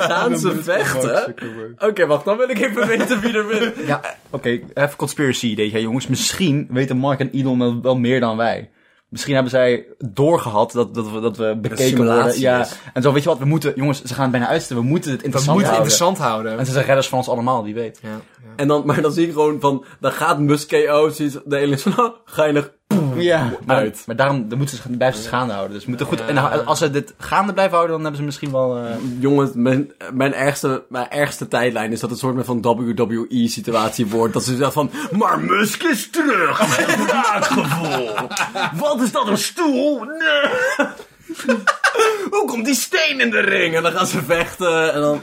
Gaan ze vechten? Oké, wacht, dan wil ik even weten wie er wint. Ja. Oké, even conspiracy ideetje, jongens. Misschien weten Mark en Elon wel- wel meer dan wij. Misschien hebben zij doorgehad dat, dat, we, dat we bekeken simulatie worden. Ja. is. En zo, weet je wat, we moeten, jongens, ze gaan het bijna uitzetten. We moeten het We interessant moeten het houden. interessant houden. En ze zijn redders van ons allemaal, die weet. Ja, En dan, maar dan zie je gewoon van, dan gaat Musk KO, zie je de aliens van, <laughs> oh, geinig. Ja, maar, Uit. maar daarom dan moeten ze zich- blijven ze het gaande houden. Dus we moeten goed, Ja. en nou, als ze dit gaande blijven houden, dan hebben ze misschien wel... eh, Jongens, mijn, mijn, ergste, mijn ergste tijdlijn is dat het soort van WWE-situatie wordt. Dat ze zeggen van, maar Musk is terug <laughs> met draaggevoel. Wat is dat, een stoel? Nee. <laughs> Hoe komt die steen in de ring? En dan gaan ze vechten en <laughs> dan...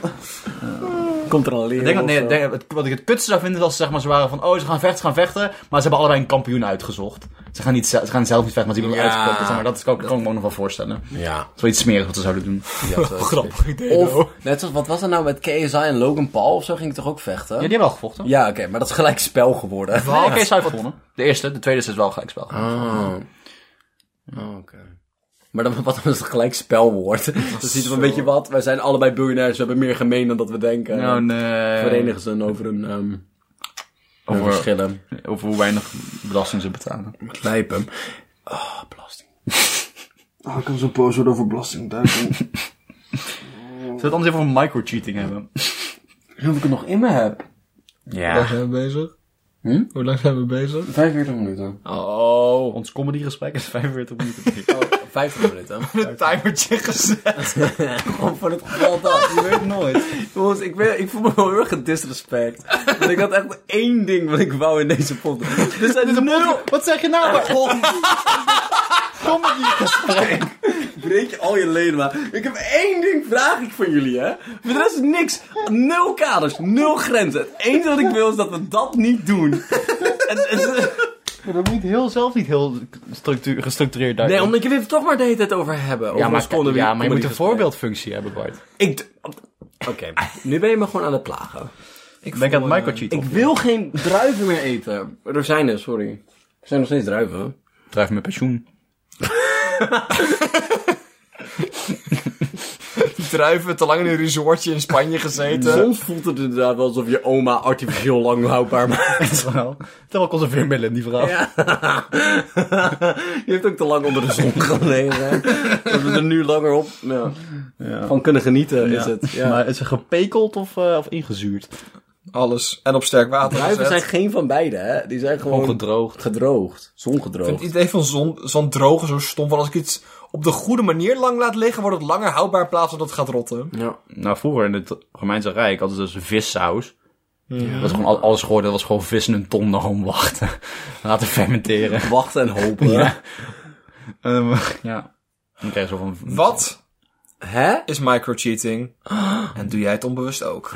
Komt er al leer ik denk dat, nee, ik denk, dat het- wat ik het kutste zou vinden is als ze zeg maar, ze waren van... Oh, ze gaan vechten, ze gaan vechten. Maar ze hebben allebei een kampioen uitgezocht. Ze gaan, niet, ze ze gaan zelf niet vechten, maar ze hebben Ja. hem uitgekocht. Zeg maar dat kan ik kan ik me ook nog wel voorstellen. Ja, Zoiets smerigs wat ze zouden doen. <laughs> dat Grappig idee. Of, net zoals, wat was er nou met KSI en Logan Paul of zo? Ging ik toch ook vechten? Ja, die hebben al gevochten. Ja, oké, maar dat is gelijk spel geworden. Nee, oké, ze hebben gewonnen. De eerste, de tweede is wel gelijk spel. Oh. Ah. oké. Maar dan, <laughs> wat als het gelijk spelwoord? Dan ziet we, weet je wat, wij zijn allebei biljonairs, we hebben meer gemeen dan dat we denken. Nou, nee. Verenigen ze dan over hun, ehm, hun Over- verschillen. Over hoe weinig belasting ze betalen. Lijpen. Ah, belasting. Ah, ik kan zo boos worden over <laughs> belastingduiking. Zullen we het anders even over micro-cheating hebben? Ik of ik het nog in me heb. Ja. zijn we bezig? Hm? Hoe lang zijn we bezig? 45 minuten. Oh. Ons comedygesprek is 45 minuten. 50 minuten. Een <laughs> timertje gezet. Gewoon voor het geval dat. Je weet nooit. Jongens, ik, ben, ik voel me wel heel erg gedisrespect. Want ik had echt één ding wat ik wou in deze podcast. Er <laughs> zijn nul... Wat zeg je nou? Comedy breek je al je ledematen. Ik heb één ding vraag ik van jullie, hè. Voor de rest is niks. Nul kaders, nul grenzen. Het enige wat ik wil is dat we dat niet doen. En, en- dat moet heel zelf niet heel structuur, gestructureerd daarin. nee, omdat jullie het toch maar de hele tijd over hebben. Over ja, maar, ons comedy- ja, maar je moet een comedygesprek. voorbeeldfunctie hebben, Bart. Ik... d- Oké, nu ben je me gewoon aan het plagen. Ik Denk aan het voel, eh, microcheat. Ik wil geen druiven meer eten. Er zijn er, sorry. Er zijn nog steeds druiven. Drijf mijn <laughs> pensioen. druiven, te lang in een resortje in Spanje gezeten. Soms voelt het inderdaad wel alsof je oma artificieel lang houdbaar maakt. Terwijl ik onze veermiddelen, die verhaal. <laughs> Ja. je hebt ook te lang onder de zon gelegen. Dat we er nu langer op ja, van kunnen genieten, is het. Ja. Maar is ze gepekeld of, eh, of ingezuurd? Alles. En op sterk water. druiven gezet. zijn geen van beide, hè. Die zijn gewoon Ongedroogd. gedroogd. Ik vind Zongedroogd. het idee van zon, zon drogen zo stom. Van als ik iets op de goede manier lang laat liggen, wordt het langer houdbaar in plaats van dat het gaat rotten. Ja. Nou, vroeger in het Romeinse Rijk hadden ze dus vissaus. Hmm. Dat was gewoon al- alles geworden. Dat was gewoon vis in een ton naar hom wachten. <laughs> Laten fermenteren. Wachten en hopen. Ehm, ja. Dan krijg je zo van... Wat Hè? is microcheating? <gasps> En doe jij het onbewust ook?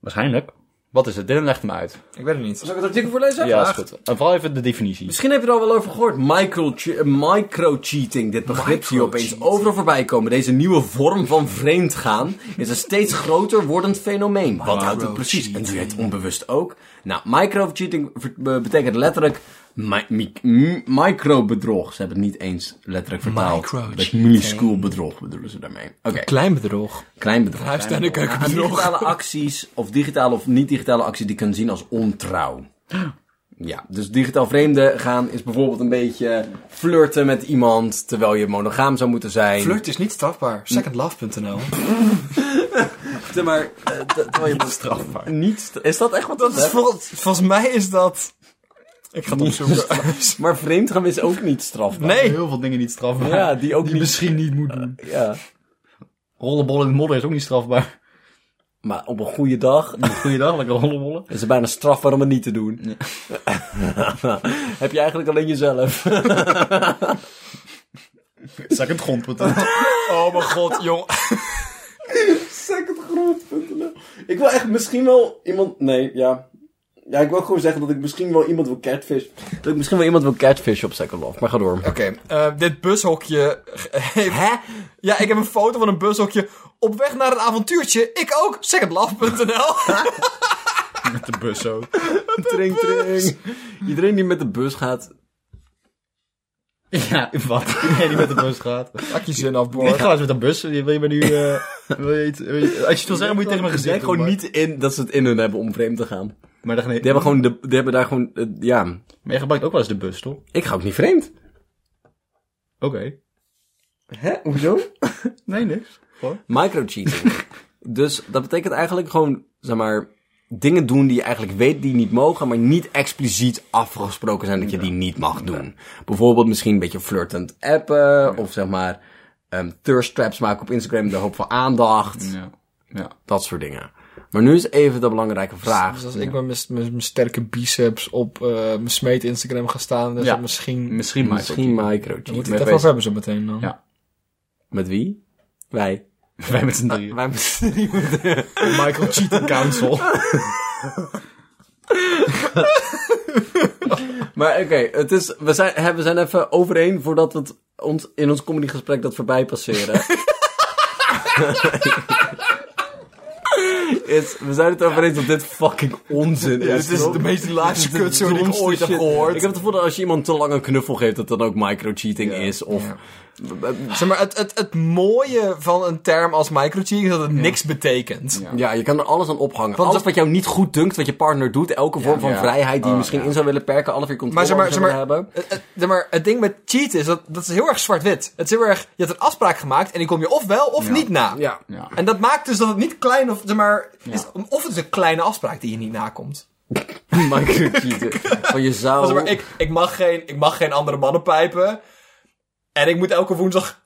Waarschijnlijk. Wat is het? Dylan legt hem uit. Ik weet het niet. Zal ik het artikel voorlezen? Ja, is goed. En vooral even de definitie. Misschien heb je er al wel over gehoord. Microche- eh, Micro-cheating, dit begrip zie je opeens overal voorbij komen. Deze nieuwe vorm van vreemdgaan is een steeds groter wordend fenomeen. Wat houdt het precies? En doe je het onbewust ook? Nou, micro-cheating ver- be- betekent letterlijk mi- mi- m- micro-bedrog. Ze hebben het niet eens letterlijk vertaald. Microcheating. Met minuscuul bedrog bedoelen ze daarmee. Oké, Klein bedrog. klein bedrog. Huis- en Klein bedrog. keukenbedrog. Digitale acties, of digitale of niet-digitale acties, die je kunt zien als ontrouw. Ja, dus digitaal vreemde gaan is bijvoorbeeld een beetje flirten met iemand terwijl je monogaam zou moeten zijn. <laughs> Flirt is niet strafbaar. Secondlove.nl Flirten, maar <laughs> eh, te- terwijl je <laughs> Strafbaar. niet... st- Is dat echt wat dat is? <laughs> Volgens, volgens mij is dat... Ik ga het opzoeken. Maar vreemdgaan is ook niet strafbaar. Nee. Heel veel dingen niet strafbaar. Ja, die ook die niet... misschien niet moet doen. Ja. Rollenbollen in de modder is ook niet strafbaar. <laughs> Maar op een goede dag Goeiedag, lekker rollenbollen. is het bijna strafbaar om het niet te doen. <laughs> Heb je eigenlijk alleen jezelf. Zak het <laughs> grondpatent. Oh mijn god, jong. Secondgrond.nl. Ik wil echt misschien wel iemand. Nee, ja. Ja, ik wil gewoon zeggen dat ik misschien wel iemand wil catfish. Dat ik misschien wel iemand wil catfish op Second Love. Maar ga door. Oké, eh, dit bushokje heeft... Hè? Ja, ik heb een foto van een bushokje. Op weg naar een avontuurtje. Ik ook. Secondlove.nl <laughs> Met de bus zo. Tring, tring. Iedereen die met de bus gaat. Ja, <laughs> wat? Iedereen die met de bus gaat. Pak je zin af, Ik boor. ga eens met de bus. Wil je me nu... eh, wil je iets, wil je- als je het wil zeggen, moet je tegen mijn Ze gezicht zijn gewoon doen, niet in dat ze het in hun hebben om vreemd te gaan. Die Maar, maar, dan- nee, hebben gewoon. De, die hebben daar gewoon. eh, ja. maar je gebruikt ook wel eens de bus, toch? Ik ga ook niet vreemd. Oké. Hè? Hoezo? Nee, niks. Microcheating. <laughs> dus dat betekent eigenlijk gewoon, zeg maar, dingen doen die je eigenlijk weet die niet mogen, maar niet expliciet afgesproken zijn dat je die niet mag doen. Bijvoorbeeld misschien een beetje flirtend appen, of zeg maar, ehm, thirst traps maken op Instagram, de hoop voor Mm. aandacht, Ja. ja. dat soort dingen. Maar nu is even de belangrijke vraag. Dus als ik met mijn- mijn mijn sterke biceps op eh, mijn smeet Instagram ga staan, dan is Ja. dat Mm, misschien... Misschien maar. Misschien Dan moet microcheating. ik het even over hebben zo meteen dan. Ja. Met wie? Wij. <laughs> Wij met z'n drieën. Wij met- Michael Cheating Council. Maar oké, het is, we, zijn, hè, we zijn even overeen voordat we het ons, in ons comedygesprek dat voorbij <laughs> passeren. is, we zijn het overeen dat dit fucking onzin is. dit is toch? de meest laagste Dit is de kutzooi die ik domste ooit heb shit. gehoord. Ik heb het gevoel dat als je iemand te lang een knuffel geeft, dat dat ook microcheating is. Of, Zeg maar, het, het, het mooie van een term als microcheating is dat het niks betekent. Ja, je kan er alles aan ophangen. alles wat jou niet goed dunkt, wat je partner doet, elke vorm van ja. vrijheid die je misschien in zou willen perken, alle vier Oh, Maar, controle zeg maar, zeg zou willen maar, <laughs> hebben. het, het- zeg maar, het ding met cheaten is dat, dat is heel erg zwart-wit. Het is heel erg, je hebt een afspraak gemaakt en die kom je of wel of niet na. Ja. Ja. En dat maakt dus dat het niet klein of, zeg maar, is- of het is een kleine afspraak die je niet nakomt. <laughs> Microcheating. Van je zou... Want zeg maar, ik, ik, mag geen, ik mag geen andere mannen pijpen en ik moet elke woensdag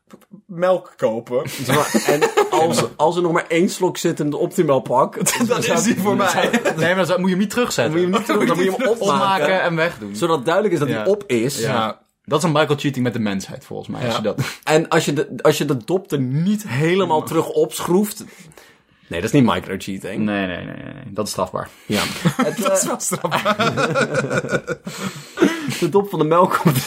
melk <laughs> kopen. Zeg maar, en als, als er nog maar één slok zit in de optimaal <laughs> pak, Dat is die voor mij. Nee, maar dan <laughs> moet je hem niet terugzetten. dan moet je hem opmaken <laughs> opmaken. en wegdoen. Zodat duidelijk is dat hij Ja. op is. Ja. Dat is een Michael cheating met de mensheid, volgens mij. Als Ja. je dat... En als je, de, als je de dop er niet helemaal terug opschroeft... Nee, dat is niet micro-cheating. Nee, nee, nee, nee, nee. Dat is strafbaar. Ja. Het, eh, Dat is <laughs> wel straf. de dop van de melk op <laughs>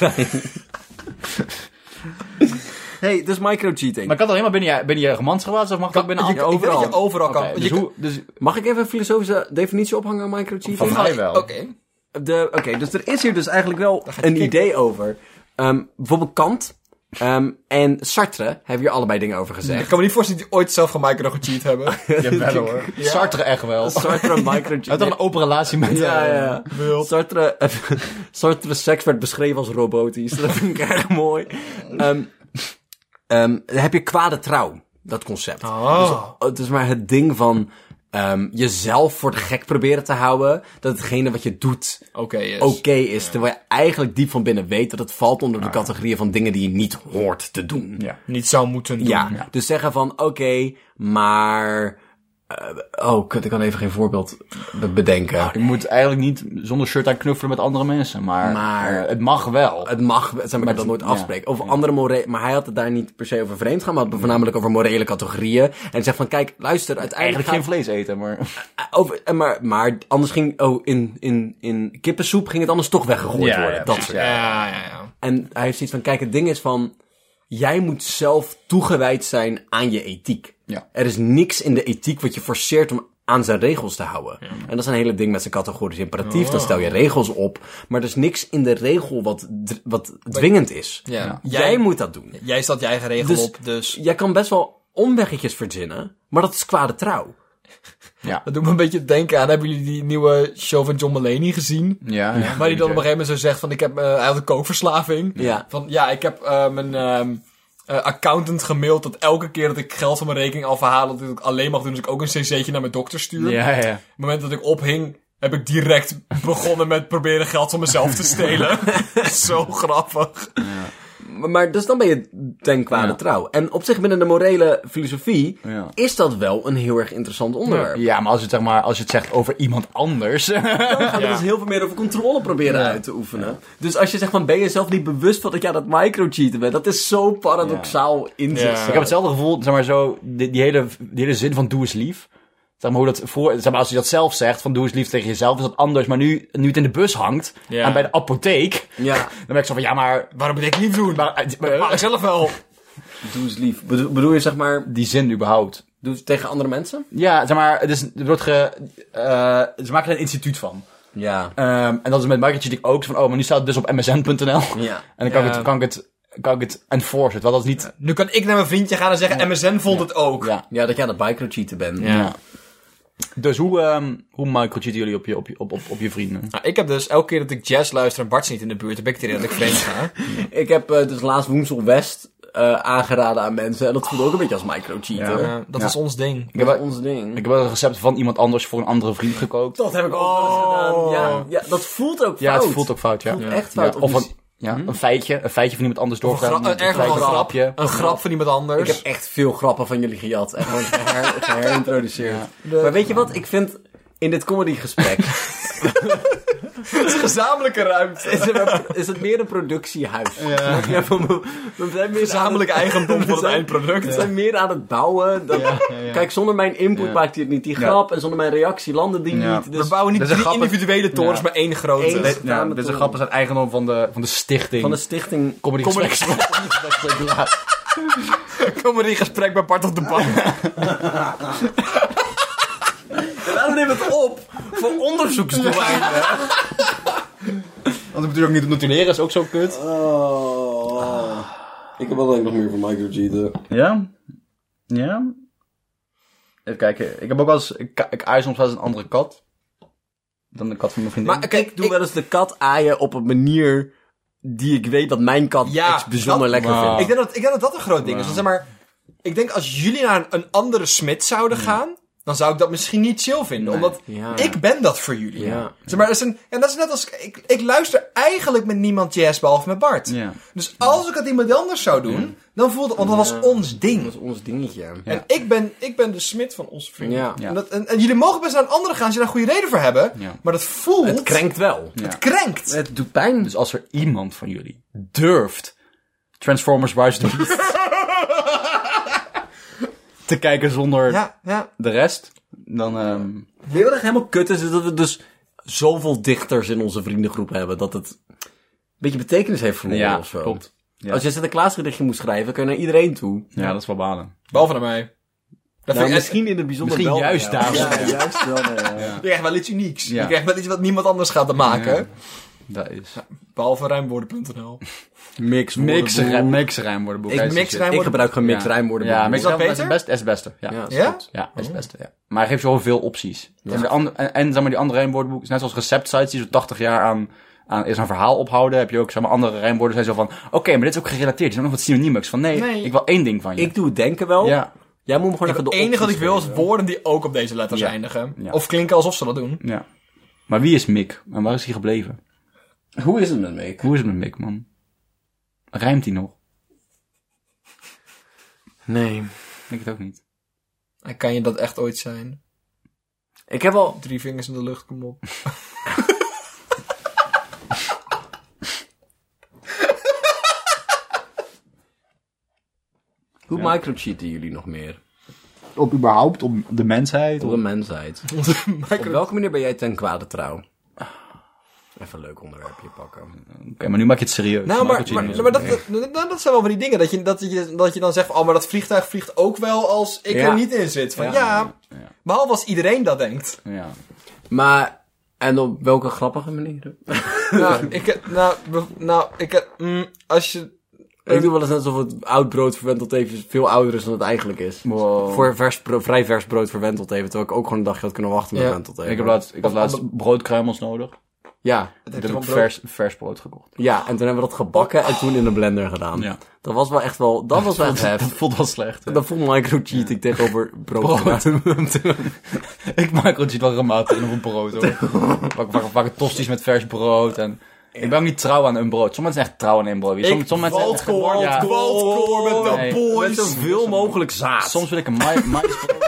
hey, dus micro-cheating. Maar kan dat alleen maar binnen je, binnen je gemansgewaad of mag dat ook binnen je- andere- ik denk dat je overal kan- Oké, je dus kan- hoe, dus Mag ik even een filosofische definitie ophangen aan micro-cheating? van mij wel. Oké. De- Oké, dus er is hier dus eigenlijk wel een idee over. Ehm, bijvoorbeeld Kant ehm, en Sartre hebben hier allebei dingen over Ik <laughs> gezegd. kan me niet voorstellen dat die ooit zelf gemicro gecheat <laughs> hebben. Jawel, hoor. <laughs> Sartre echt wel. Hij Sartre had toch microchip. een open relatie met... Ja, eh, ja. Sartre, <laughs> Sartre seks werd beschreven als robotisch. <laughs> Dat vind ik erg mooi. Ehm, ehm, dan heb je kwade trouw, dat concept. Ah. Oh. Het is maar het ding van ehm, jezelf voor de gek proberen te houden. Dat hetgene wat je doet Oké, yes. oké is. Terwijl je eigenlijk diep van binnen weet dat het valt onder de categorieën van dingen die je niet hoort te doen. Ja. Niet zou moeten doen. Ja, dus zeggen van oké, maar. eh, oh, kut, ik kan even geen voorbeeld be- bedenken. Je moet eigenlijk niet zonder shirt aan knuffelen met andere mensen, maar, Maar- eh, het mag wel. het mag, zeg maar, ik dat nooit ja. afspreken. Of andere morele, maar hij had het daar niet per se over vreemd gaan, maar het voornamelijk over morele categorieën. En hij zegt van, kijk, luister, uiteindelijk eigenlijk geen gaat, vlees eten, maar... eh, over, eh, maar, maar anders ging, oh, in, in, in kippensoep ging het anders toch weggegooid worden. dat soort. Ja, ja, ja. En hij heeft zoiets van, kijk, het ding is van, jij moet zelf toegewijd zijn aan je ethiek. Ja. Er is niks in de ethiek wat je forceert om aan zijn regels te houden. En dat is een hele ding met zijn categorisch imperatief. Oh. Dan stel je regels op. Maar er is niks in de regel wat, dr- wat dwingend is. ja. Jij, moet dat doen. Jij staat je eigen regel Dus- op, dus... Jij kan best wel omweggetjes verzinnen, maar dat is kwade trouw. Ja. Dat doet me een beetje denken aan... Hebben jullie die nieuwe show van John Mulaney gezien? Ja, ja. Maar die dan op een gegeven moment zo zegt van... Ik heb, eh, hij had een kookverslaving. Ja. Van, ja, ik heb eh, mijn ehm, eh, accountant gemaild dat elke keer dat ik geld van mijn rekening af haal... dat ik het alleen mag doen als ik ook een cc'tje naar mijn dokter <laughs> stuur. Ja, ja. Op het moment dat ik ophing, heb ik direct begonnen met proberen geld van mezelf te stelen. Zo grappig. Maar, maar dus dan ben je ten kwade Ja. trouw. En op zich binnen de morele filosofie Ja. is dat wel een heel erg interessant onderwerp. Ja, maar als je het, zeg maar, als je het zegt over iemand anders... Dan gaan we Ja. dus heel veel meer over controle proberen uit te oefenen. Dus als je zegt van, ben je zelf niet bewust van dat jij dat microcheaten bent? Dat is zo paradoxaal in Ja. zichzelf. Ik heb hetzelfde gevoel, zeg maar zo, die, die, hele, die hele zin van doe eens lief. Zeg maar, hoe dat voor, zeg maar, als je dat zelf zegt, van doe eens lief tegen jezelf, is dat anders. Maar nu, nu het in de bus hangt, Ja. en bij de apotheek, Ja, dan ben ik zo van, ja, maar... Waarom moet ik niet doen? maar, eh, maar- Maar ik zelf wel. doe eens lief. Bedo- bedoel je zeg maar, die zin überhaupt. doe het tegen andere mensen? Ja, zeg maar, het is, het wordt ge, eh, ze maken er een instituut van. Ja. Ehm, en dat is met marketing ook, van, oh, maar nu staat het dus op msn.nl. Ja. En dan kan, ik Ja. het, kan ik het, kan ik het enforcen, terwijl dat is niet... Nu kan ik naar mijn vriendje gaan en zeggen, MSN vond het ook. Ja. Ja, dat jij dat microcheaten bent. Ja. Dus hoe, ehm hoe microcheaten jullie op je, op, je- op, op, op je vrienden? Nou, ik heb dus elke keer dat ik jazz luister en Bart's niet in de buurt, heb ik het idee dat ik <laughs> vreemd ga. Ik heb eh, dus laatst Woensel West eh, aangeraden aan mensen. En dat voelde ook een beetje als microcheaten. Ja. Ja. Eh, dat Ja. is ons ding. Dat is ons ding. Ik heb wel een recept van iemand anders voor een andere vriend gekookt. dat heb ik ook wel eens gedaan. Ja, Oh. ja, dat voelt ook Ja, fout. het voelt ook fout, ja. Voelt echt fout. Ja, of Dus- een, ja, een feitje. Een feitje van iemand anders Hm? Of een gra- doorgaan. eh, ergens feitje een van- grap. Een grap van iemand Ik anders. <laughs> heb echt veel grappen van jullie gejat en gewoon <laughs> geher- geherintroduceerd. Maar weet je wat? Ik vind in dit <laughs> comedygesprek een gezamenlijke ruimte. is, het- is het meer een productiehuis. Snap je? We- we- we zijn meer Gezamenlijk aan <laughs> eigendom we voor het zijn- eindproduct. We zijn meer aan het bouwen. dan- Kijk, zonder mijn input maakt hij het niet, die grap. En zonder mijn reactie landde die Ja. niet. We Dus bouwen niet Dat is een drie grappig- individuele torens, Ja. maar één grote. Eén- Nee, <laughs> Ja, Samen dit is een toe. grap, is het eigendom van de, van de stichting. van de stichting... Comedy Comedy- Gespreks. Kom maar in gesprek bij Bart op de bank. <laughs> Waarom nemen we het op? Voor <laughs> onderzoeksdoeleinden. Want ik natuurlijk ook niet notuleren, is ook zo kut. Oh. Ik heb wel nog meer van microcheaten. Ja. Ja. Even kijken. Ik heb ook wel eens... Ik, ik aai soms wel eens een andere kat. Dan de kat van mijn vriendin. Maar Kijk, kijk, ik doe wel eens de kat aaien op een manier die ik weet dat mijn kat Ja, iets bijzonder dat- lekker Wauw. vindt. Ik Dus denk, dat, ik denk dat dat een groot ding is. Want Zeg maar, ik denk als jullie naar een, een andere smid zouden gaan, dan zou ik dat misschien niet chill vinden. omdat Hmm. ja. ik ben dat voor jullie. Ja. Zeg maar, dat is een, en dat is net als... Ik, ik luister eigenlijk met niemand jazz, behalve met Bart. Ja. Dus als ik het iemand anders zou doen, dan voelde... Want dat Ja. was ons ding. Dat is ons dingetje. En ik ben, ik ben de smid van onze vrienden. Ja. Ja. En, dat- en, en jullie mogen best naar een andere gaan als je daar een goede reden voor hebben. Ja. Maar dat voelt... Het krenkt wel. Ja. Het krenkt. Het doet pijn. Dus als er iemand van jullie durft Transformers Rise of the <laughs> Beast te kijken zonder Ja, ja. de rest, dan... ehm, Weet je wat echt helemaal kut is? Is dat we dus zoveel dichters in onze vriendengroep hebben dat het een beetje betekenis heeft verloren Ja, of zo. klopt. Ja. Als je Sinterklaasgedichtje moet schrijven, kun je naar iedereen toe. ja, dat is wel balen. Behalve naar mij. Dat vind Nou, ik echt- misschien in het bijzonder Misschien wel. juist ja. daar. Ja, juist wel. nee, ja. Je krijgt wel iets unieks. Ja. Je krijgt wel iets wat niemand anders gaat maken. Dat is... Behalve ruimwoorden.nl. Mix, Mix, woordenboek. rij- mix rijmwoordenboek. Ik Hij is mix shit. rij- Ik gebruik gemixt Ja. rijmwoordenboek. Ja, mix Is dat rijmwoordenboek is beter? het beste. Is het beste. Ja, ja? Ja? is het beste. Ja. Maar hij geeft zoveel opties. En, de andere- en, en, zeg maar, die andere rijmwoordenboeken, net zoals receptsites die zo 80 jaar aan, aan eerst een verhaal ophouden, heb je ook zeg maar, andere rijmwoorden zijn zo van, oké, maar dit is ook gerelateerd. Er zijn nog wat synoniemen. Ik van, nee, Nee. ik wil één ding van je. Ik doe het denken wel. ja. Jij moet me gewoon even Het de enige wat ik opties wil is geven. woorden die ook op deze letters eh, Ja. eindigen. Ja. Of klinken alsof ze dat doen. Ja. Maar wie is Mick? En waar is hij gebleven? Hoe is het met Mick? Hoe is het met Mick, man? Rijmt hij nog? Nee. Ik denk het ook niet. En kan je dat echt ooit zijn? Ik heb al... Drie vingers in de lucht, kom op. Hoe microcheaten jullie nog meer? Op überhaupt, om de mensheid. Op de mensheid. Op Micro- welke manier ben jij ten kwade trouw? Even een leuk onderwerpje pakken. Oké, maar nu maak je het serieus. Nou, Michael maar, Jackson maar, is maar dat, ook- dat, dat- dat zijn wel van die dingen. Dat je, dat, je, dat je dan zegt, van, oh, maar dat vliegtuig vliegt ook wel als ik Ja. er niet in zit. Van ja, ja. behalve als iedereen dat denkt. Ja. Maar, en op welke grappige manieren? <laughs> nou, ik, nou, be- nou, ik, mm, als je... Ik doe wel eens net alsof het oud brood verwenteld even veel ouder is dan het eigenlijk is. Wow. Voor vers, bro- vrij vers brood verwenteld even, terwijl ik ook gewoon een dagje had kunnen wachten met Ja. verwenteld even. Ik heb laatst, ik had laatst broodkruimels nodig. Ja, Toen heb gewoon ik brood- vers, vers brood gekocht. ja, en toen hebben we dat gebakken en toen in de blender gedaan. Ja. Dat was wel echt wel, dat was wel echt hef. Dat voelt wel slecht. hè? Dat voelt micro-cheating tegenover brood. Brood. <laughs> ik maak er wel gemaakt in een brood hoor. Ik maak, maak, maak tosties met vers brood. En... Ik ben ook niet trouw aan een brood. Sommige mensen zijn echt trouw aan een brood. Sommige, sommige mensen zijn echt Waldkoor, gewoon- ja. Waldkoor met de Nee. Met boys. zoveel mogelijk zaad. Soms wil ik een ma- <laughs> maïsbrood.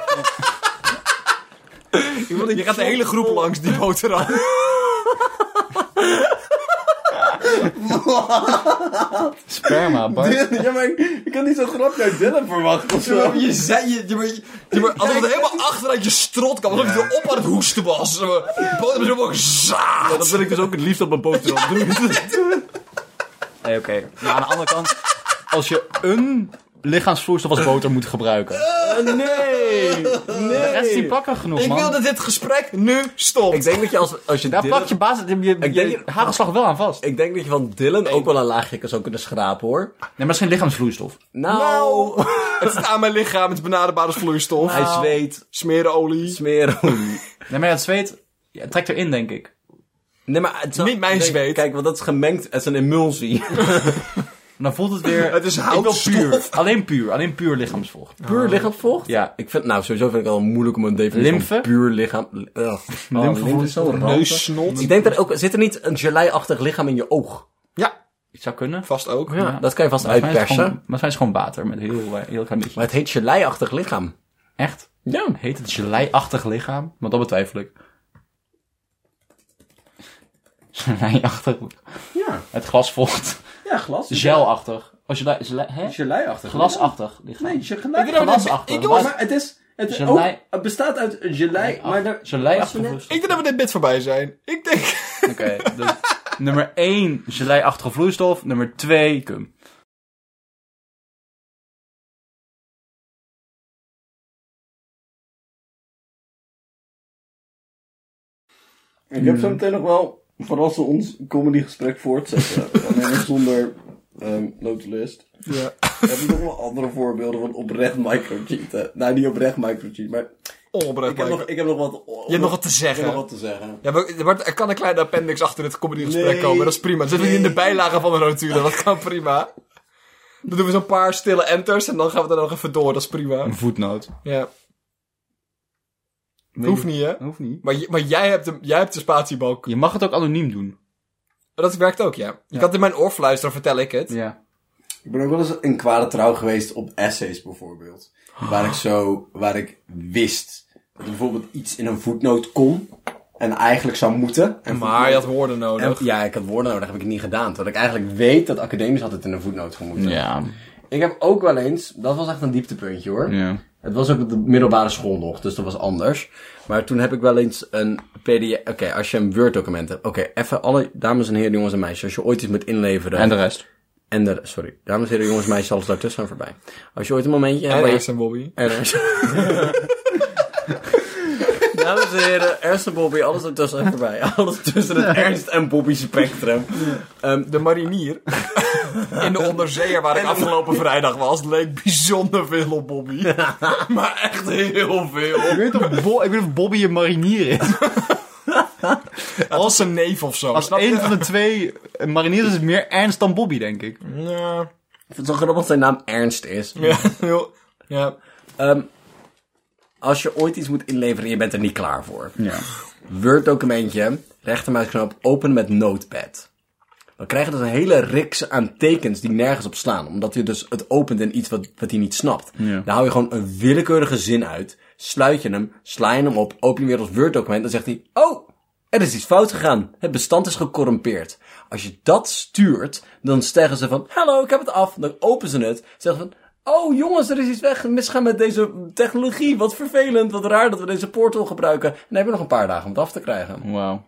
Je gaat de hele groep langs die boterham. Sperma, Bart. <laughs> Ja, maar ik kan niet zo'n grapje uit Dylan verwachten of zo. Je zei je, je, je, je, maar alsof het helemaal achteruit je strot kwam. Alsof je erop aan het hoesten was. Zeg maar, De bodem is helemaal gezaagd. Dat wil ik dus ook het liefst op mijn boterham doen. Nee, oké. Maar aan de andere kant, als je een lichaamsvloeistof als boter moet gebruiken. Eh, Nee! De rest is niet plakker genoeg, Ik man. wil dat dit gesprek nu stopt. Ik denk dat je als, als je Daar Dylan- plak je basis, je, je, Ik denk- je hagelslag wel aan vast. Ik denk dat je van Dylan ook wel een laagje kan- zou kunnen schrapen hoor. Nee, maar het is geen lichaamsvloeistof. Nou, Nou, <laughs> het zit aan mijn lichaam. Het is benaderbare vloeistof. hij zweet, Smerenolie. <laughs> smeren. Nee, maar ja, het zweet ja, het trekt erin, denk ik. Nee, maar het zou- Niet mijn kijk- zweet. Kijk, want dat is gemengd, het is een emulsie. En dan voelt het <laughs> weer... Het is houtstof. Ik wil puur. Alleen puur. Alleen puur lichaamsvocht. Puur lichaamvocht? Ja. Oh. Ik vind, nou, sowieso vind ik het al moeilijk om een definitie Lymfe? van puur lichaam... Ugh. Oh, Lymfe lymfe is zo ranzig. Neussnot. Ik denk dat ook, zit er niet een gelei-achtig lichaam in je oog? Ja, Het zou kunnen. vast ook. Ja. Dat kan je vast Maar het is uitpersen. gewoon- maar het is gewoon water met heel, eh, heel klein beetje. Maar het heet gelei-achtig lichaam. Echt? Ja. Heet het gelei-achtig lichaam? Want dat betwijfel ik. <laughs> Gelei-achtig. Ja. Het glas vocht. Ja, glas. Gelachtig. Als je gelei, hè? Gelei-achtig. Glasachtig lichaam. Nee, Ik gelei. denk dat we dit- Glasachtig. ik was- Maar- het is... Het, Gelei- ook- bestaat uit gelei, maar daar... Gelei-achtig vloeistof. Ik denk dat we dit bit voorbij zijn. Ik denk... Oké, <laughs> dus nummer 1 gelei-achtige vloeistof. Nummer 2 cum. Ik heb zo Hmm. meteen nog wel, vooral ze ons comedygesprek voortzetten. <laughs> Alleen nog zonder ehm <laughs> notulist. Ja. We hebben nog wel andere voorbeelden van oprecht microcheaten. Nou, niet oprecht microcheat, maar Onoprecht, ik heb, nog, Michael. ik heb nog wat... Je hebt nog wat te Ik heb nog zeggen. wat te zeggen. Ja, maar er wordt- er kan een kleine appendix achter het comedygesprek Nee. komen. Dat is prima. Dan zitten we hier in de Nee. bijlage van de notulen. Dat kan prima. Dan doen we zo'n paar stille enters en dan gaan we er nog even door. Dat is prima. Een voetnoot. Ja. Hoeft niet, hè? Dat hoeft niet. Maar, j- maar jij, hebt de, jij hebt de spatiebalk. Je mag het ook anoniem doen. Dat werkt ook, ja. Je kan het in mijn oor fluisteren, vertel ik het. Ja. Ik ben ook wel eens in kwade trouw geweest op essays bijvoorbeeld. Waar ik zo, waar ik wist dat er bijvoorbeeld iets in een voetnoot kon en eigenlijk zou moeten. En Maar je had woorden nodig. En- ja, ik had woorden nodig, heb ik het niet gedaan. Terwijl ik eigenlijk weet dat academisch altijd in een voetnoot gemoeten. Ja. Ik heb ook wel eens, dat was echt een dieptepuntje hoor. Ja. Het was ook op de middelbare school nog, dus dat was anders. Maar toen heb ik wel eens een PDF. Oké, als je een Word-document hebt. Oké, even alle dames en heren, jongens en meisjes. Als je ooit iets moet inleveren. En de rest. en de- sorry, dames en heren, jongens en meisjes, alles daartussen en voorbij. Als je ooit een momentje hebt. En waar je- Ernst en Bobby. en er is- <laughs> Dames en heren, Ernst en Bobby, alles ertussen en voorbij. Alles tussen het Ernst en Bobby spectrum. Ehm, De marinier. In de onderzeeër waar ik afgelopen vrijdag was, leek bijzonder veel op Bobby. <laughs> maar echt heel veel. Ik weet of, Bo- ik weet of Bobby een marinier is. Als een neef of zo. Als snap een je? van de twee een marinier is, het meer Ernst dan Bobby, denk ik. Ja, ik vind het zo grappig dat zijn naam Ernst is. ja, <laughs> heel- ja. Ehm, als je ooit iets moet inleveren en je bent er niet klaar voor. Ja. Word documentje, rechtermuisknop, open met notepad. Dan krijg je dus een hele riks aan tekens die nergens op slaan. Omdat je dus het opent in iets wat, wat hij niet snapt. Dan hou je gewoon een willekeurige zin uit. Sluit je hem, sla je hem op, open je weer als Word document. Dan zegt hij, oh, er is iets fout gegaan. Het bestand is gecorrumpeerd. Als je dat stuurt, dan zeggen ze van, hallo, ik heb het af. Dan openen ze het, zeggen van... Oh jongens, er is iets weg. Misgaan met deze technologie. Wat vervelend. Wat raar dat we deze portal gebruiken. En dan heb je nog een paar dagen om het af te krijgen. Wauw.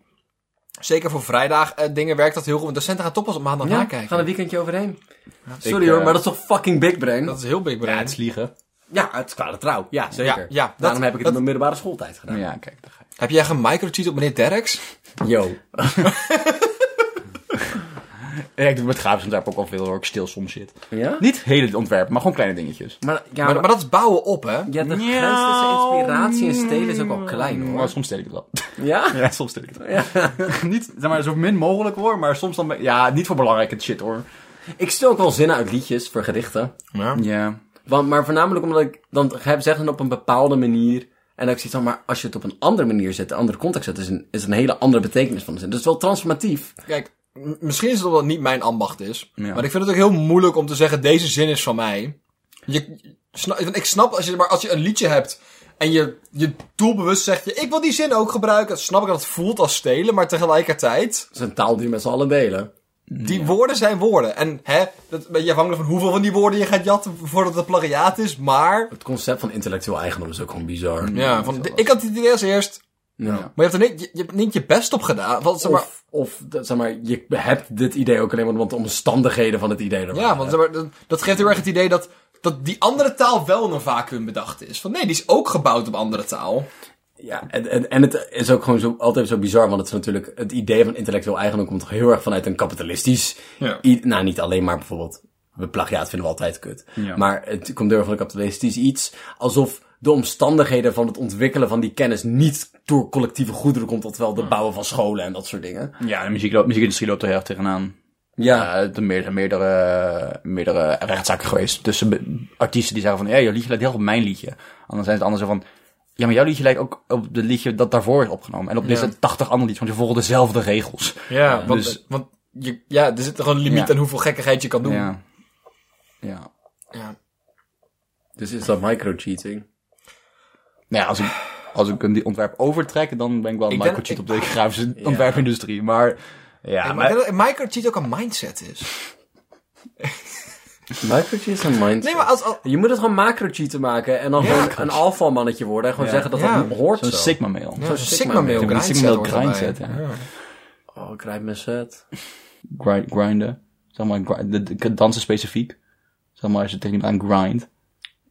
Zeker voor vrijdag eh, dingen werkt dat heel goed. Want docenten gaan toch pas op maandag Ja, nakijken. gaan een weekendje overheen. Sorry Ik, hoor, eh, maar dat is toch fucking big brain? Dat is heel big brain. liegen. ja, het is kwade trouw. Ja, zeker. Ja, ja, dat- Daarom heb ik het dat- in mijn middelbare schooltijd gedaan. Ja, kijk. daar ga Heb jij gemicrocheat op meneer Derks? Yo. je. Ja, ik doe met grafisch ontwerp ook al veel hoor. Ik stil soms shit. Ja? Niet heel het ontwerp, maar gewoon kleine dingetjes. Maar, ja, Maar, maar dat is bouwen op, hè? ja, de grens tussen inspiratie en stelen is ook al klein Maar hoor. soms stel ik het wel. Ja? Ja, <laughs> soms stel ik het wel. <laughs> niet, zeg maar, zo min mogelijk hoor, maar soms dan... Ja, niet voor belangrijke shit hoor. Ik stel ook wel zinnen uit liedjes voor gedichten. Ja. Want, maar voornamelijk omdat ik dan heb zeggen op een bepaalde manier. En dat ik zoiets van, maar als je het op een andere manier zet, een andere context zet, is een, is een hele andere betekenis van de zin. Dus het is wel transformatief. Kijk, m- misschien is het omdat het niet mijn ambacht is. Ja. Maar ik vind het ook heel moeilijk om te zeggen, deze zin is van mij. Je, sna- want ik snap, als je, maar als je een liedje hebt en je, je doelbewust zegt, je, ik wil die zin ook gebruiken. Snap ik dat het voelt als stelen, maar tegelijkertijd, Het is een taal die we met z'n allen delen. die woorden zijn woorden. En hè, dat ben je afhankelijk van hoeveel van die woorden je gaat jatten voordat het plagiaat is. Maar, Het concept van intellectueel eigendom is ook gewoon bizar. ja, van, ik had het idee als eerst. Ja. Maar je hebt er niet je, je, hebt niet je best op gedaan. Want, zeg maar, Of, of dat- zeg maar, je hebt dit idee ook alleen maar omdat de omstandigheden van het idee er Ja, waren. want zeg maar, dat, dat geeft heel erg het idee dat, dat die andere taal wel in een vacuüm bedacht is. Van nee, die is ook gebouwd op andere taal. Ja, en, en, en het is ook gewoon zo, altijd zo bizar, want het is natuurlijk, het idee van intellectueel eigendom komt toch heel erg vanuit een kapitalistisch, Ja. i- nou niet alleen maar bijvoorbeeld, we plagiaat vinden we altijd kut, Ja. maar het komt heel erg van een kapitalistisch iets, alsof de omstandigheden van het ontwikkelen van die kennis niet door collectieve goederen komt, tot wel de bouwen van scholen en dat soort dingen. Ja, de muziek loopt, muziekindustrie loopt er heel erg tegenaan. Ja, Ja, er zijn meerdere, Eh, meerdere, meerdere rechtszaken geweest tussen be- artiesten die zeggen van... ...hé, jouw liedje lijkt heel erg op mijn liedje. Anders zijn ze anders zo van... ...ja, maar jouw liedje lijkt ook op het liedje dat daarvoor is opgenomen. En op deze 80 andere liedjes, want ze volgen dezelfde regels. Ja, want, dus- Eh, want je, ja, er zit gewoon een limiet Ja. aan hoeveel gekkigheid je kan doen. Ja. Ja. Ja. dus is dat microcheating? Nou ja, als ik, als ik een die ontwerp overtrek, dan ben ik wel een Ik denk- microchip <laughs> op de grafische ontwerpindustrie. Maar ja, Ja, maar maar, ik denk dat microcheat ook een mindset is. Microcheat is een mindset. Nee, maar als... als- Je moet het gewoon macro-cheaten maken en dan gewoon een alpha mannetje worden en gewoon zeggen dat Ja. dat hoort zo'n zo. Sigma-mail. ja, Sigma-mail Sigma-mail grindset hoort erbij. grindset, ja. Oh, ik rijd mijn set. Grind, grinden. Zeg maar, grind, de, de- dansen specifiek. Zeg maar, als je tegen iemand aan grind.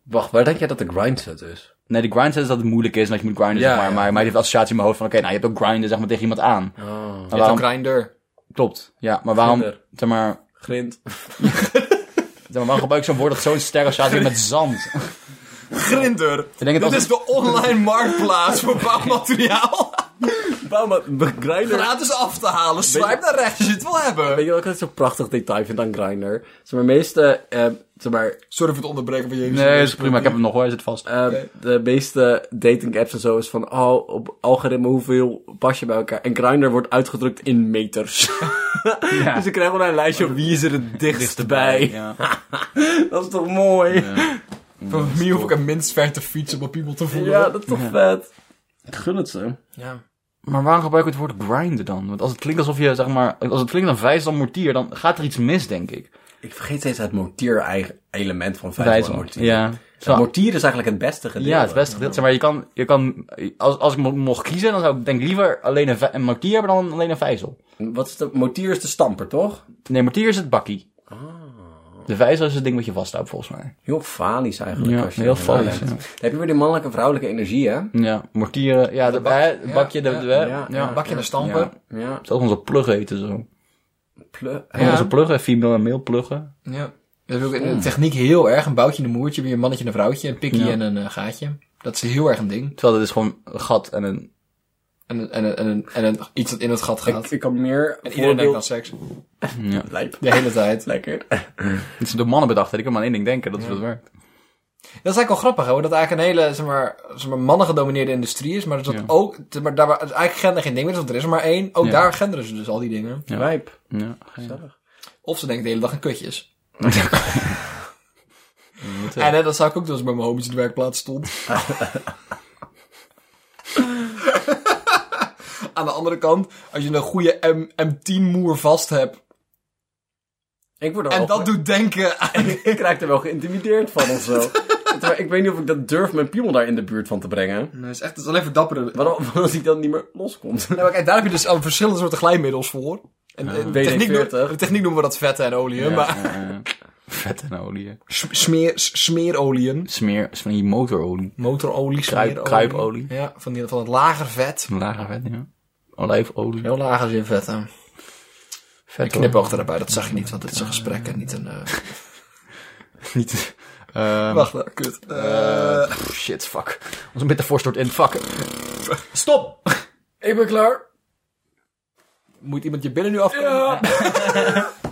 Wacht, waar denk jij dat de grindset is? Nee, de grindset is dat het moeilijk is en dat je moet grinden, Ja, zeg maar. ja. Maar, maar je hebt de associatie in mijn hoofd van, oké, nou, je hebt ook grinden, zeg maar, tegen iemand aan. Maar Je hebt waarom, een grinder. klopt, ja. Maar waarom, Grinder. zeg maar, Grind. <laughs> zeg maar, waarom gebruik ik zo'n woord dat zo'n sterk associatie heeft met <laughs> zand? Grinder. denk het Dit als- is de online marktplaats voor bouwmateriaal. Waarom Grinder. Gratis af te halen. Swipe naar rechts als je het wil hebben. Weet je wat ik altijd zo'n prachtig detail vind aan Grinder? Zeg maar, meeste, eh, zeg maar, Sorry voor het onderbreken van James. Nee, is prima. Ik heb hem nog hoor. Hij zit vast. eh, de meeste dating apps en zo is van, oh, op algoritme, hoeveel pas je bij elkaar? En Grinder wordt uitgedrukt in <laughs> meters. dus ik krijg gewoon een lijstje op wie is er het dichtst bij. Ja. Dat is toch mooi? Ja, Van mij hoef ik het minst ver te fietsen om op iemand te voelen. dat is toch vet? Ik gun het ze. Ja. <laughs> Maar waarom gebruik ik het woord grinden dan? Want als het klinkt alsof je, zeg maar, als het klinkt dan vijs dan mortier, dan gaat er iets mis, denk ik. Ik vergeet steeds het mortier-element van Vijs van mortier. Ja. Het mortier is eigenlijk het beste gedeelte. Ja, het beste gedeelte. Zeg Maar je kan, je kan als, als ik mo- mocht kiezen, dan zou ik denk ik liever alleen een, vij- een mortier hebben dan alleen een vijzel. Wat is de, mortier is de stamper, toch? Nee, mortier is het bakkie. Ah. De vijzel is het ding wat je vasthoudt, volgens mij. Heel falisch eigenlijk. Ja, als je heel erover falisch, nadenkt. ja. Dan heb je weer die mannelijke en vrouwelijke energie, hè? Ja, mortieren, ja, de, bak- hè, het ja, bakje, de, ja, de- hè. ja. Een bakje naar stampen. Ja. Ja. Zelfs onze plug eten zo. Ple- Ja. Onze pluggen, female en male pluggen. Ja. Dat heb ik ook in de techniek heel erg. Een boutje en een moertje, weer een mannetje en een vrouwtje, een pikkie en een eh, gaatje. Dat is heel erg een ding. Terwijl het is gewoon een gat en een... En, een- en, een- en, een- en een, iets dat in het gat gaat. Ik, ik kan meer en iedereen denkt aan voorbeeld... seks. Lijp. De hele tijd. Lekker. Het is door mannen bedacht, hè. ik kan maar aan één ding denken, dat is wat werkt. Dat is eigenlijk wel grappig, hoor. Dat eigenlijk een hele, zeg maar, zeg maar mannen gedomineerde industrie is. Maar dat is dat Ja. ook, zeg maar daar waar- eigenlijk gender geen ding meer is, want er is er maar één. Ook Ja. daar genderen ze dus al die dingen. Ja. <laughs> Lijp. Ja, Of ze denken de hele dag aan <laughs> kutjes. en hè, dat zou ik ook doen als ik bij mijn homies in de werkplaats stond. <laughs> aan de andere kant, als je een goede M M10 moer vast hebt. Ik word er En wel dat doet denken aan... <laughs> Ik raak er wel geïntimideerd van of zo. <laughs> Terwijl ik weet niet of ik dat durf mijn piemel daar in de buurt van te brengen. Nee, is echt, is alleen voor dapperen. Wat al- wat als ik dan <laughs> niet meer loskomt? Nou, maar kijk, daar heb je dus al verschillende soorten glijmiddels voor. En, eh, WD-40. techniek, noem- de techniek noemen we dat vetten en olie, maar Vet en olie. hè. s- smeer, s- smeerolieën. Smeer is van die motorolie. Motorolie, Kruip- smeerolie. kruipolie. Ja, van, die, van het lager vet. Een lage vet, ja. Olijfolie. Heel lager zin vetten. Vet Ik knip oog erbij, dat zag je niet, want dit is een gesprek en niet een... eh, <laughs> Niet... ehm, Wacht, nou, kut. Eh, pff, shit, fuck. Onze metafoor stort in. Fuck. Stop! Ik ben klaar. moet iemand je billen nu afkomen?